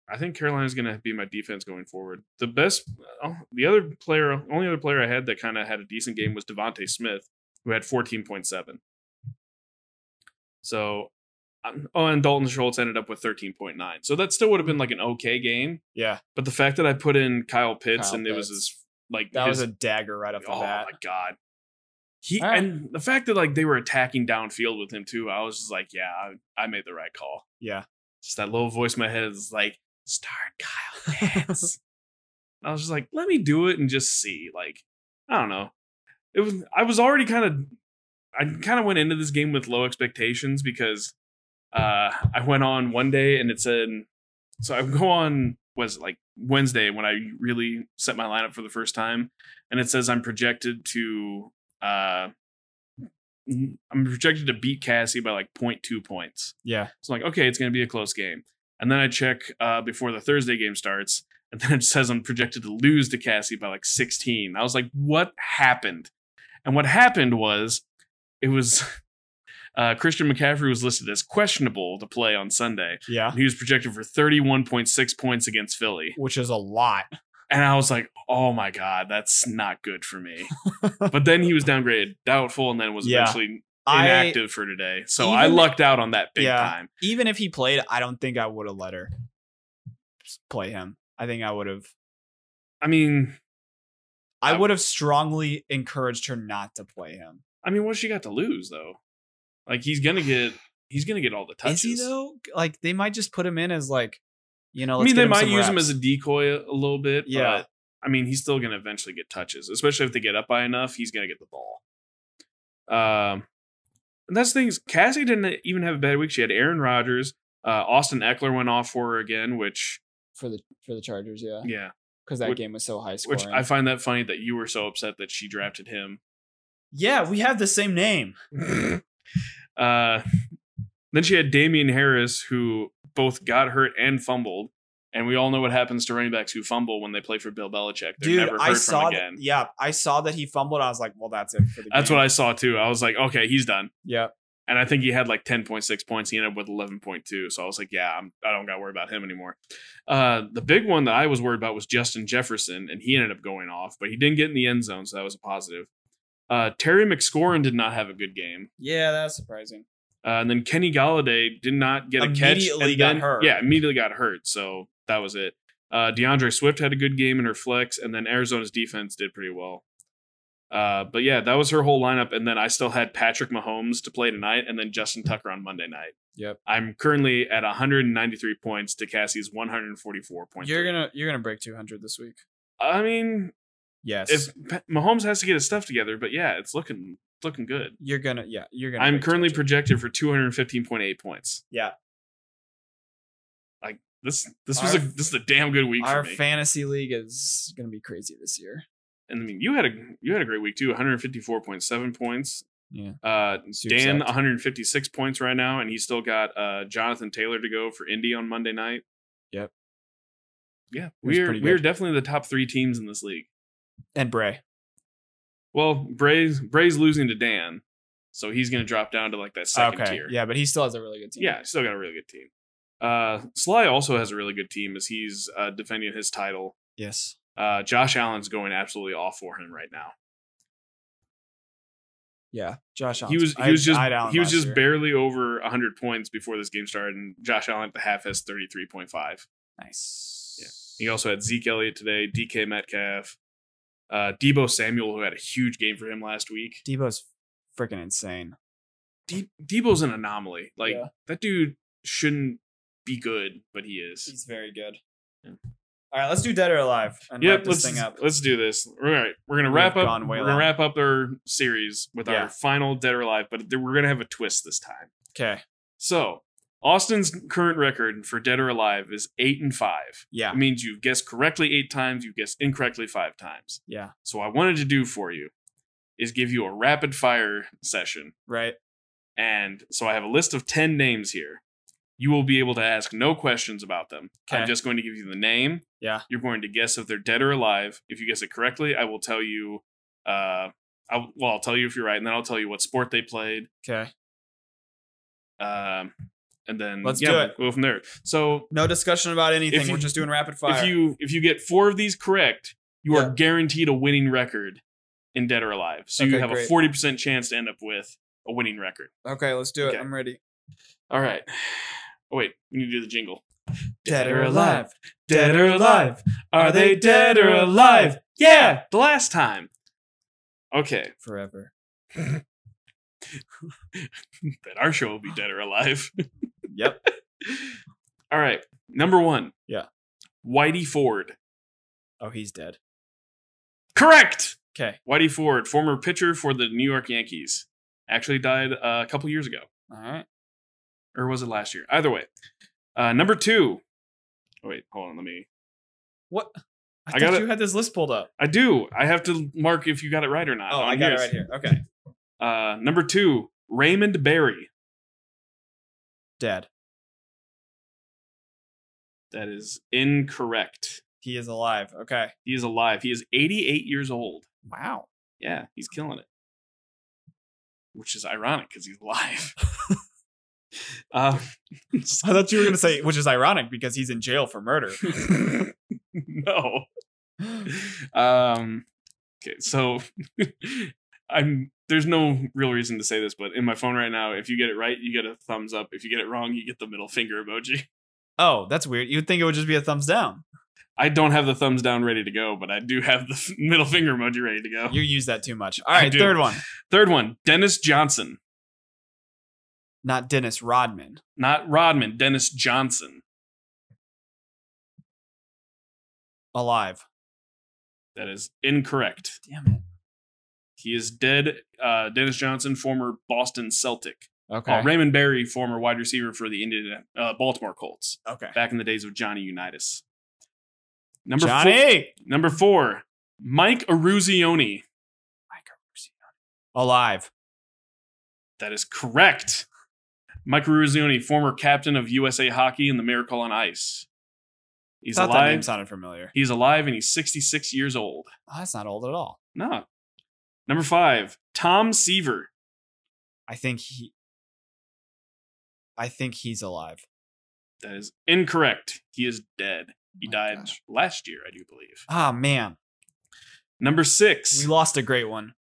I think Carolina's going to be my defense going forward. The best, oh, the other player, only other player I had that kind of had a decent game was Devonte Smith, who had fourteen point seven. So, um, oh, and Dalton Schultz ended up with 13.9. So that still would have been like an okay game. Yeah, But the fact that I put in Kyle Pitts Kyle and it was Pitts. his like that his, was a dagger right off the oh bat. my god. He All right. and the fact that like they were attacking downfield with him too, I was just like, yeah, I, I made the right call. Yeah, Just that little voice in my head is like, start Kyle Pitts. I was just like, let me do it and just see. Like, I don't know. It was I was already kind of I kind of went into this game with low expectations because uh I went on one day and it said so I go on was it like Wednesday when I really set my lineup for the first time and it says I'm projected to uh I'm projected to beat Cassie by like 0.2 points. yeah. So I'm like, okay, it's going to be a close game. And then I check uh, before the Thursday game starts, and then it says I'm projected to lose to Cassie by like 16. I was like, what happened? And what happened was it was uh, Christian McCaffrey was listed as questionable to play on Sunday. Yeah. And he was projected for 31.6 points against Philly. Which is a lot. And I was like, oh my God, that's not good for me. but then he was downgraded doubtful and then was Yeah. eventually I inactive for today. So I Even- lucked out on that big Yeah. time. even if he played, I don't think I would have let her s- play him. I think I would have. I mean, I I- would have strongly encouraged her not to play him. I mean, what's she got to lose though? Like he's gonna get he's gonna get all the touches. Is he though? Like they might just put him in as like, you know. I Let's mean, get they him might some use him reps. as a decoy a, a little bit. Yeah. Yeah. But, I mean, he's still gonna eventually get touches, especially if they get up by enough. He's gonna get the ball. Um, and that's the thing. is Cassie didn't e, even have a bad week. She had Aaron Rodgers. Uh, Austin Eckler went off for her again, which for the for the Chargers. Yeah, yeah, because that Which- game was so high scoring. which I find that funny that you were so upset that she drafted him. yeah, we have the same name. uh, then she had Damian Harris, who both got hurt and fumbled. And we all know what happens to running backs who fumble when they play for Bill Belichick. They're Dude, never heard I saw from that. again. Yeah, I saw that he fumbled. I was like, well, that's it for the That's game. what I saw too. I was like, okay, he's done. Yeah, And I think he had like 10.6 points. He ended up with 11.2. So I was like, yeah, I'm, I don't got to worry about him anymore. Uh, the big one that I was worried about was Justin Jefferson, and he ended up going off, but he didn't get in the end zone. So that was a positive. Uh, Terry McScorin did not have a good game. yeah, that's surprising. Uh, and then Kenny Galladay did not get a catch. Immediately and got then- hurt. Yeah, immediately got hurt. So that was it. Uh, DeAndre Swift had a good game in her flex, and then Arizona's defense did pretty well. Uh, but yeah, that was her whole lineup. And then I still had Patrick Mahomes to play tonight, and then Justin Tucker on Monday night. Yep. I'm currently at 193 points to Cassie's 144 points. You're gonna you're gonna break 200 this week. I mean, Yes. if Pa- Mahomes has to get his stuff together, but yeah, it's looking it's looking good. you're gonna yeah, you're gonna I'm break currently 200. projected for 215.8 points. Yeah. Like this this was Our- a this is a damn good week our for me. fantasy league is gonna be crazy this year. and I mean you had a you had a great week too, 154.7 points. Yeah. Uh Super Dan sucked. 156 points right now and he's still got uh Jonathan Taylor to go for Indy on Monday night. Yep. Yeah, was we're pretty we're good. definitely the top 3 teams in this league. and Bray. Well, Bray's Bray's losing to Dan. So he's going to drop down to like that second okay. tier. Yeah, but he still has a really good team. Yeah, still got a really good team. Uh, Sly also has a really good team as he's uh, defending his title. Yes. Uh, Josh Allen's going absolutely off for him right now. Yeah. Josh. he Allen's- was I- he was just I had Allen he was last just year. barely over 100 points before this game started, and Josh Allen at the half has 33.5. nice. He also had Zeke Elliott today, DK Metcalf, uh, Debo Samuel, who had a huge game for him last week. Debo's freaking insane. De- Debo's an anomaly. Like Yeah. that dude shouldn't be good, but he is. He's very good. Yeah. All right, let's do dead or alive and yep, wrap this let's, thing up. Let's do this. All right, we're gonna We've wrap up. gone way We're gonna long. wrap up our series with Yeah. our final Dead or Alive, but th- we're gonna have a twist this time. Okay. So Austin's current record for Dead or Alive is eight and five. Yeah. It means you've guessed correctly eight times, you've guessed incorrectly five times. Yeah. So what I wanted to do for you is give you a rapid fire session, Right. and so I have a list of ten names here. You will be able to ask no questions about them. Okay. I'm just going to give you the name, Yeah. you're going to guess if they're dead or alive. If you guess it correctly, I will tell you. Uh, I, well, I'll tell you if you're right, and then I'll tell you what sport they played. Okay. Um, and then Let's yeah, do we'll it. Go from there. So No discussion about anything. you- We're just doing rapid fire. if you if you get four of these correct, you Yeah. are guaranteed a winning record in dead or alive. So you Okay, have a great. forty percent chance to end up with a winning record. okay, let's do it. Okay. I'm ready. All right. Oh, wait, we need to do the jingle. Dead or alive? Dead or alive? Are they dead or alive? Yeah. The last time. Okay. Forever. Then our show will be dead or alive. Yep. All right. Number one. Yeah. Whitey Ford. Oh, he's dead. Correct. Okay. Whitey Ford, former pitcher for the New York Yankees, actually died uh, a couple years ago, All right. or was it last year? Either way. Uh, number two. Oh, wait, hold on. Let me. What? I, I thought gotta- you had this list pulled up. I do. I have to mark if you got it right or not. Oh, on I got yours. it right here. Okay. Uh, number two, Raymond Barry. Dead. That is incorrect. He is alive. Okay. He is alive. He is 88 years old. Wow. Yeah, he's killing it. Which is ironic because he's alive. uh, I thought you were gonna say, which is ironic because he's in jail for murder. no. Um, okay, so I'm. There's no real reason to say this, but in my phone right now, if you get it right, you get a thumbs up. If you get it wrong, you get the middle finger emoji. oh, that's weird. You'd think it would just be a thumbs down. I don't have the thumbs down ready to go, but I do have the middle finger emoji ready to go. You use that too much. All I right, do. third one. Third one, Dennis Johnson, Not Dennis Rodman. not Rodman, Dennis Johnson. Alive. That is incorrect. Damn it. He is dead. Uh, Dennis Johnson, former Boston Celtic. Okay. Uh, Raymond Barry, former wide receiver for the Indiana, uh, Baltimore Colts, okay. back in the days of Johnny Unitas. Number four, Johnny. number four, Mike Aruzioni. Alive. That is correct. Mike Aruzioni, former captain of USA Hockey and the Miracle on Ice. He's Thought that name alive. sounded familiar. He's alive, and he's 66 years old. Oh, that's not old at all. No. Number five, Tom Seaver. I think he. I think he's alive. That is incorrect. He is dead. He Oh My died gosh. last year, I do believe. Ah man, Number we six, lost a great one.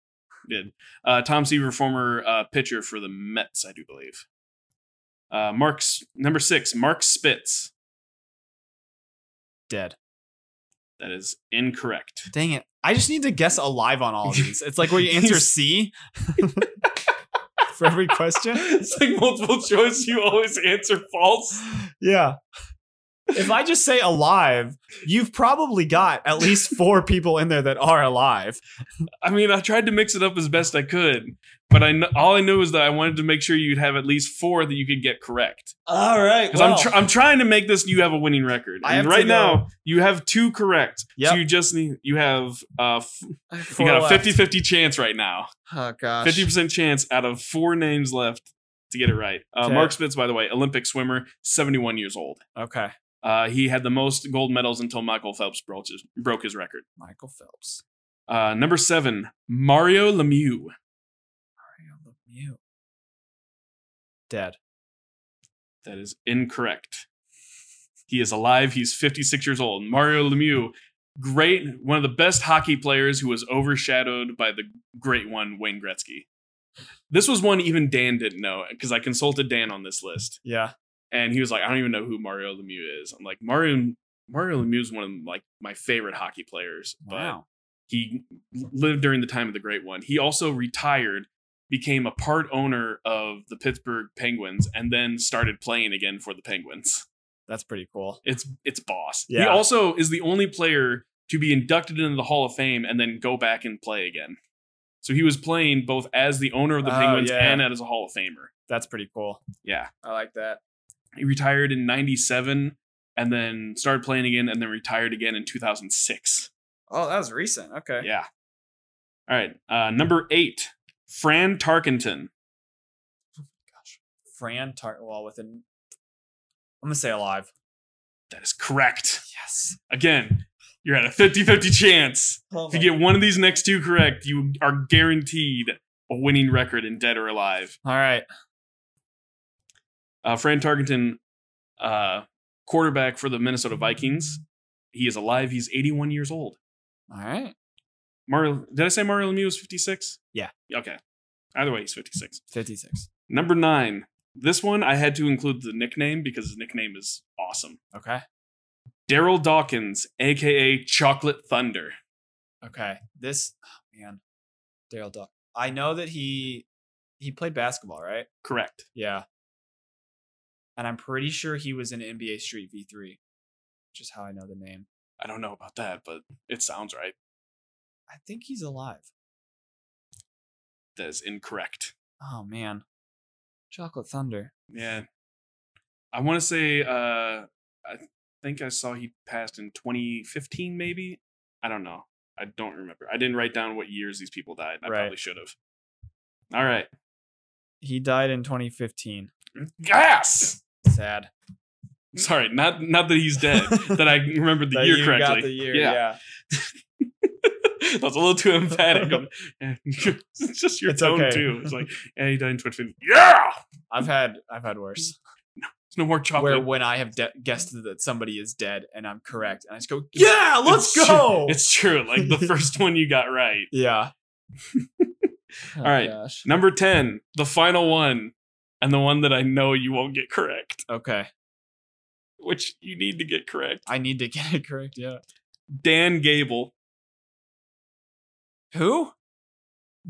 did uh, Tom Seaver, former uh, pitcher for the Mets, I do believe. Uh, Mark's number six, Mark Spitz. Dead. That is incorrect. Dang it. I just need to guess alive on all of these. It's like where you answer He's- C for every question. it's like multiple choice. You always answer false. Yeah. If I just say alive, you've probably got at least four people in there that are alive. I mean, I tried to mix it up as best I could, but I kn- all I knew is that I wanted to make sure you'd have at least four that you could get correct. All right. Because I'm, tr- I'm trying to make this you have a winning record. I And have to go. right now, you have two correct. Yep. So you just need, you have, uh, f- you Four got a left. 50 50 chance right now. Oh gosh. 50% chance out of four names left to get it right. Uh, Okay. Mark Spitz, by the way, Olympic swimmer, 71 years old. Okay. Uh, he had the most gold medals until Michael Phelps broke his, broke his record. Michael Phelps. Uh, number seven, Mario Lemieux. Mario Lemieux. Dead. That is incorrect. He is alive. He's 56 years old. Mario Lemieux, great, one of the best hockey players who was overshadowed by the great one, Wayne Gretzky. This was one even Dan didn't know because I consulted Dan on this list, Yeah. and he was like, "I don't even know who Mario Lemieux is." I'm like, "Mario Mario Lemieux is one of like my favorite hockey players, but Wow. he lived during the time of the Great One. He also retired, became a part owner of the Pittsburgh Penguins, and then started playing again for the Penguins. That's pretty cool. It's it's boss. He Yeah. also is the only player to be inducted into the Hall of Fame and then go back and play again. So he was playing both as the owner of the Oh, Penguins yeah. and as a Hall of Famer. That's pretty cool. Yeah. I like that. He retired in 97 and then started playing again and then retired again in 2006. Oh, that was recent. Okay. Yeah. All right. Uh, number eight, Fran Tarkenton. Fran Tart. Well, within. I'm gonna say alive. That is correct. Yes. Again, you're at a 50 50 chance. Oh If you get one of these next two correct, you are guaranteed a winning record in Dead or Alive. All right. Uh, Fran Tarkenton, uh, quarterback for the Minnesota Vikings. He is alive. He's 81 years old. All right. Mario, did I say Mario Lemieux was 56? Yeah. Okay. Either way, he's 56. 56. Number nine, This one I had to include the nickname because his nickname is awesome. Okay. Daryl Dawkins, aka Chocolate Thunder. Okay. This oh, man, Daryl Duck. I know that he he played basketball, right? Correct. Yeah. And I'm pretty sure he was in NBA Street V3, which is how I know the name. I don't know about that, but it sounds right. I think he's alive. That is incorrect. Oh man. Chocolate Thunder. Yeah. I want to say uh I think I saw he passed in 2015 maybe. I don't know. I don't remember. I didn't write down what years these people died. I Right. probably should have. All right. He died in 2015. Gas. Sad. Sorry, not not that he's dead. that I remembered the year you correctly. Got the year, Yeah. yeah. That's a little too emphatic. I'm- it's just your It's tone okay. too. It's like, yeah, he died in 2015. Yeah. I've had I've had worse. There's no more where chocolate. when I have de- guessed that somebody is dead and I'm correct, and I just go, It's- "Yeah, let's it's go." True. It's true. Like the first one you got right. yeah. Oh, All right. Number 10, the final one, and the one that I know you won't get correct, Okay, which you need to get correct. I need to get it correct. Yeah. Dan Gable. Who?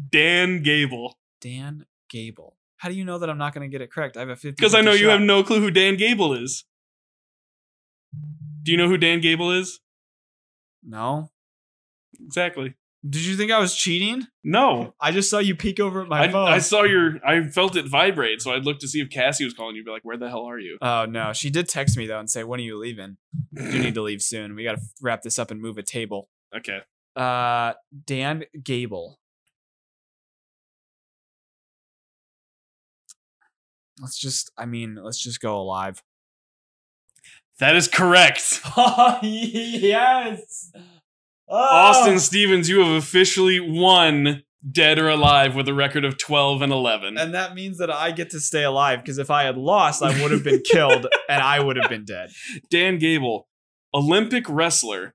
Dan Gable. Dan Gable. How do you know that I'm not going to get it correct? I have a fifty. Because I know you have no clue who Dan Gable is. Do you know who Dan Gable is? No. Exactly. Did you think I was cheating? No. I just saw you peek over at my Oh. I, phone. I saw your, I felt it vibrate, so I looked to see if Cassie was calling you. Be like, where the hell are you? oh no, she did text me though and say, "When are you leaving? You need to leave soon. We got to wrap this up and move a table." okay. Uh, Dan Gable. Let's just, I mean, let's just go alive. That is correct. Oh, yes. Oh. Austin Stevens, you have officially won Dead or Alive with a record of 12 and 11. And that means that I get to stay alive because if I had lost, I would have been killed and I would have been dead. Dan Gable, Olympic wrestler,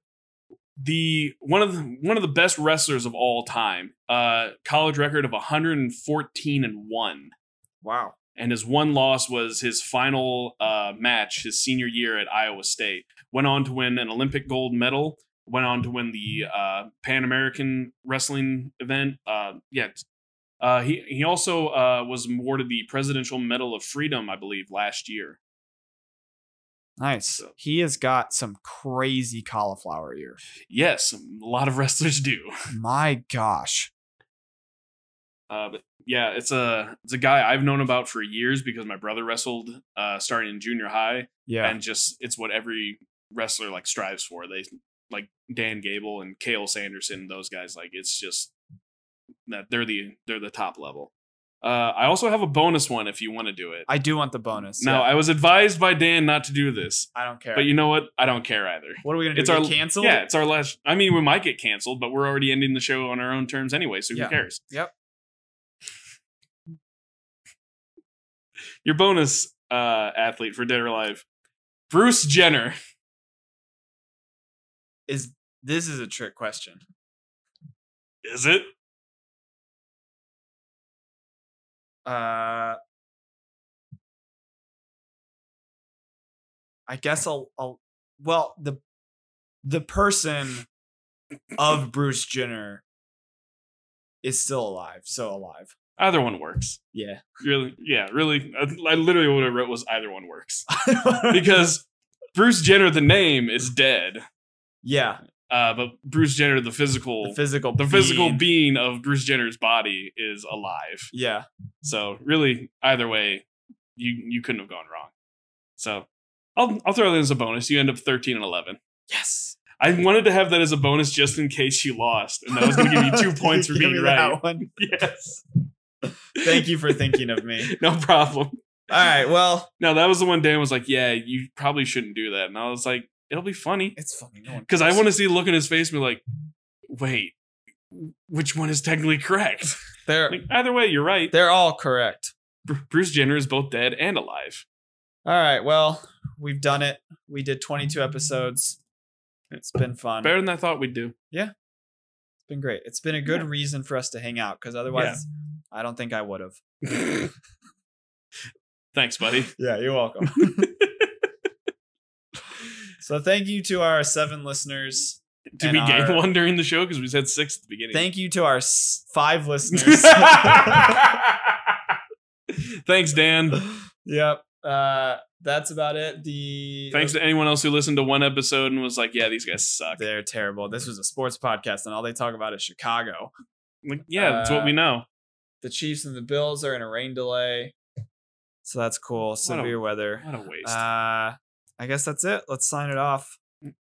the one of the one of the best wrestlers of all time. Uh, college record of 114 and one, Wow. and his one loss was his final uh, match his senior year at Iowa State. Went on to win an Olympic gold medal. Went on to win the uh, Pan American wrestling event. Uh, yeah. Uh, he he also uh, was awarded the Presidential Medal of Freedom, I believe, last year. Nice. He has got some crazy cauliflower ear. Yes, a lot of wrestlers do. My gosh. Uh, but yeah, it's a it's a guy I've known about for years because my brother wrestled uh, starting in junior high, Yeah. and just it's what every wrestler like strives for. They like Dan Gable and Kale Sanderson, those guys. Like it's just that they're the they're the top level. Uh, I also have a bonus one if you want to do it. I do want the bonus. now Yeah. I was advised by Dan not to do this, I, don't care. but you know what? I don't care either. what are we going to It's do? our- Get canceled? Yeah, it's our last. I mean, we might get canceled, but we're already ending the show on our own terms anyway, so who Yeah. cares? Yep. Your bonus uh, athlete for Dead or Alive, Bruce Jenner. Is this is a trick question. Is it? Uh, I guess I'll, I'll. Well, the the person of Bruce Jenner is still alive, so alive. Either one works. Yeah, Really? Yeah, really. I, I literally what I wrote was either one works because Bruce Jenner, the name, is dead. yeah. Uh, but Bruce Jenner, the physical, The the, physical, physical being- being of Bruce Jenner's body, is alive. yeah, So really, either way, you you couldn't have gone wrong. So I'll I'll throw that as a bonus. You end up thirteen and eleven. yes. I wanted to have that as a bonus just in case you lost, and that was going to give you two points for You gave being me that right. one. Yes, Thank you for thinking of me. no problem. All right, well, No, that was the one Dan was like, "Yeah, you probably shouldn't do that," and I was like, "It'll be funny," it's funny. No one because I cares. want to see the look in his face and be like, "Wait, which one is technically correct?" They're Like, either way, you're right. they're all correct. Br- Bruce Jenner is both dead and alive. All right. Well, we've done it. We did 22 episodes. It's been fun. Better than I thought we'd do. It's been great. It's been a good reason for us to hang out because otherwise, I don't think I would have. Thanks, buddy. Yeah, you're welcome. so thank you to our seven listeners. Did And we gain our- one during the show? Because we said six at the beginning. Thank you to our s- five listeners. Thanks, Dan. yep. Uh, that's about it. The Thanks to anyone else who listened to one episode and was like, "Yeah, these guys suck." They're terrible. This was a sports podcast, and all they talk about is Chicago. Like, yeah, that's Uh, what we know. The Chiefs and the Bills are in a rain delay, so that's cool. Severe weather. What a waste. Uh, I guess that's it. Let's sign it off.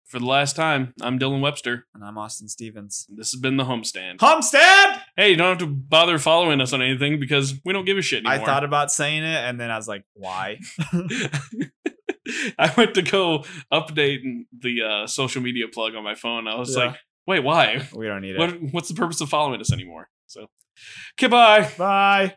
For the last time, I'm Dylan Webster. And I'm Austin Stevens. This has been the Homestand. Homestead. Hey, you don't have to bother following us on anything because we don't give a shit I anymore. thought about saying it, and then I was like, "Why?" I went to go update the uh, social media plug on my phone. I was Yeah. like, "Wait, why? We don't need it. What, what's the purpose of following us anymore?" So, goodbye. Bye.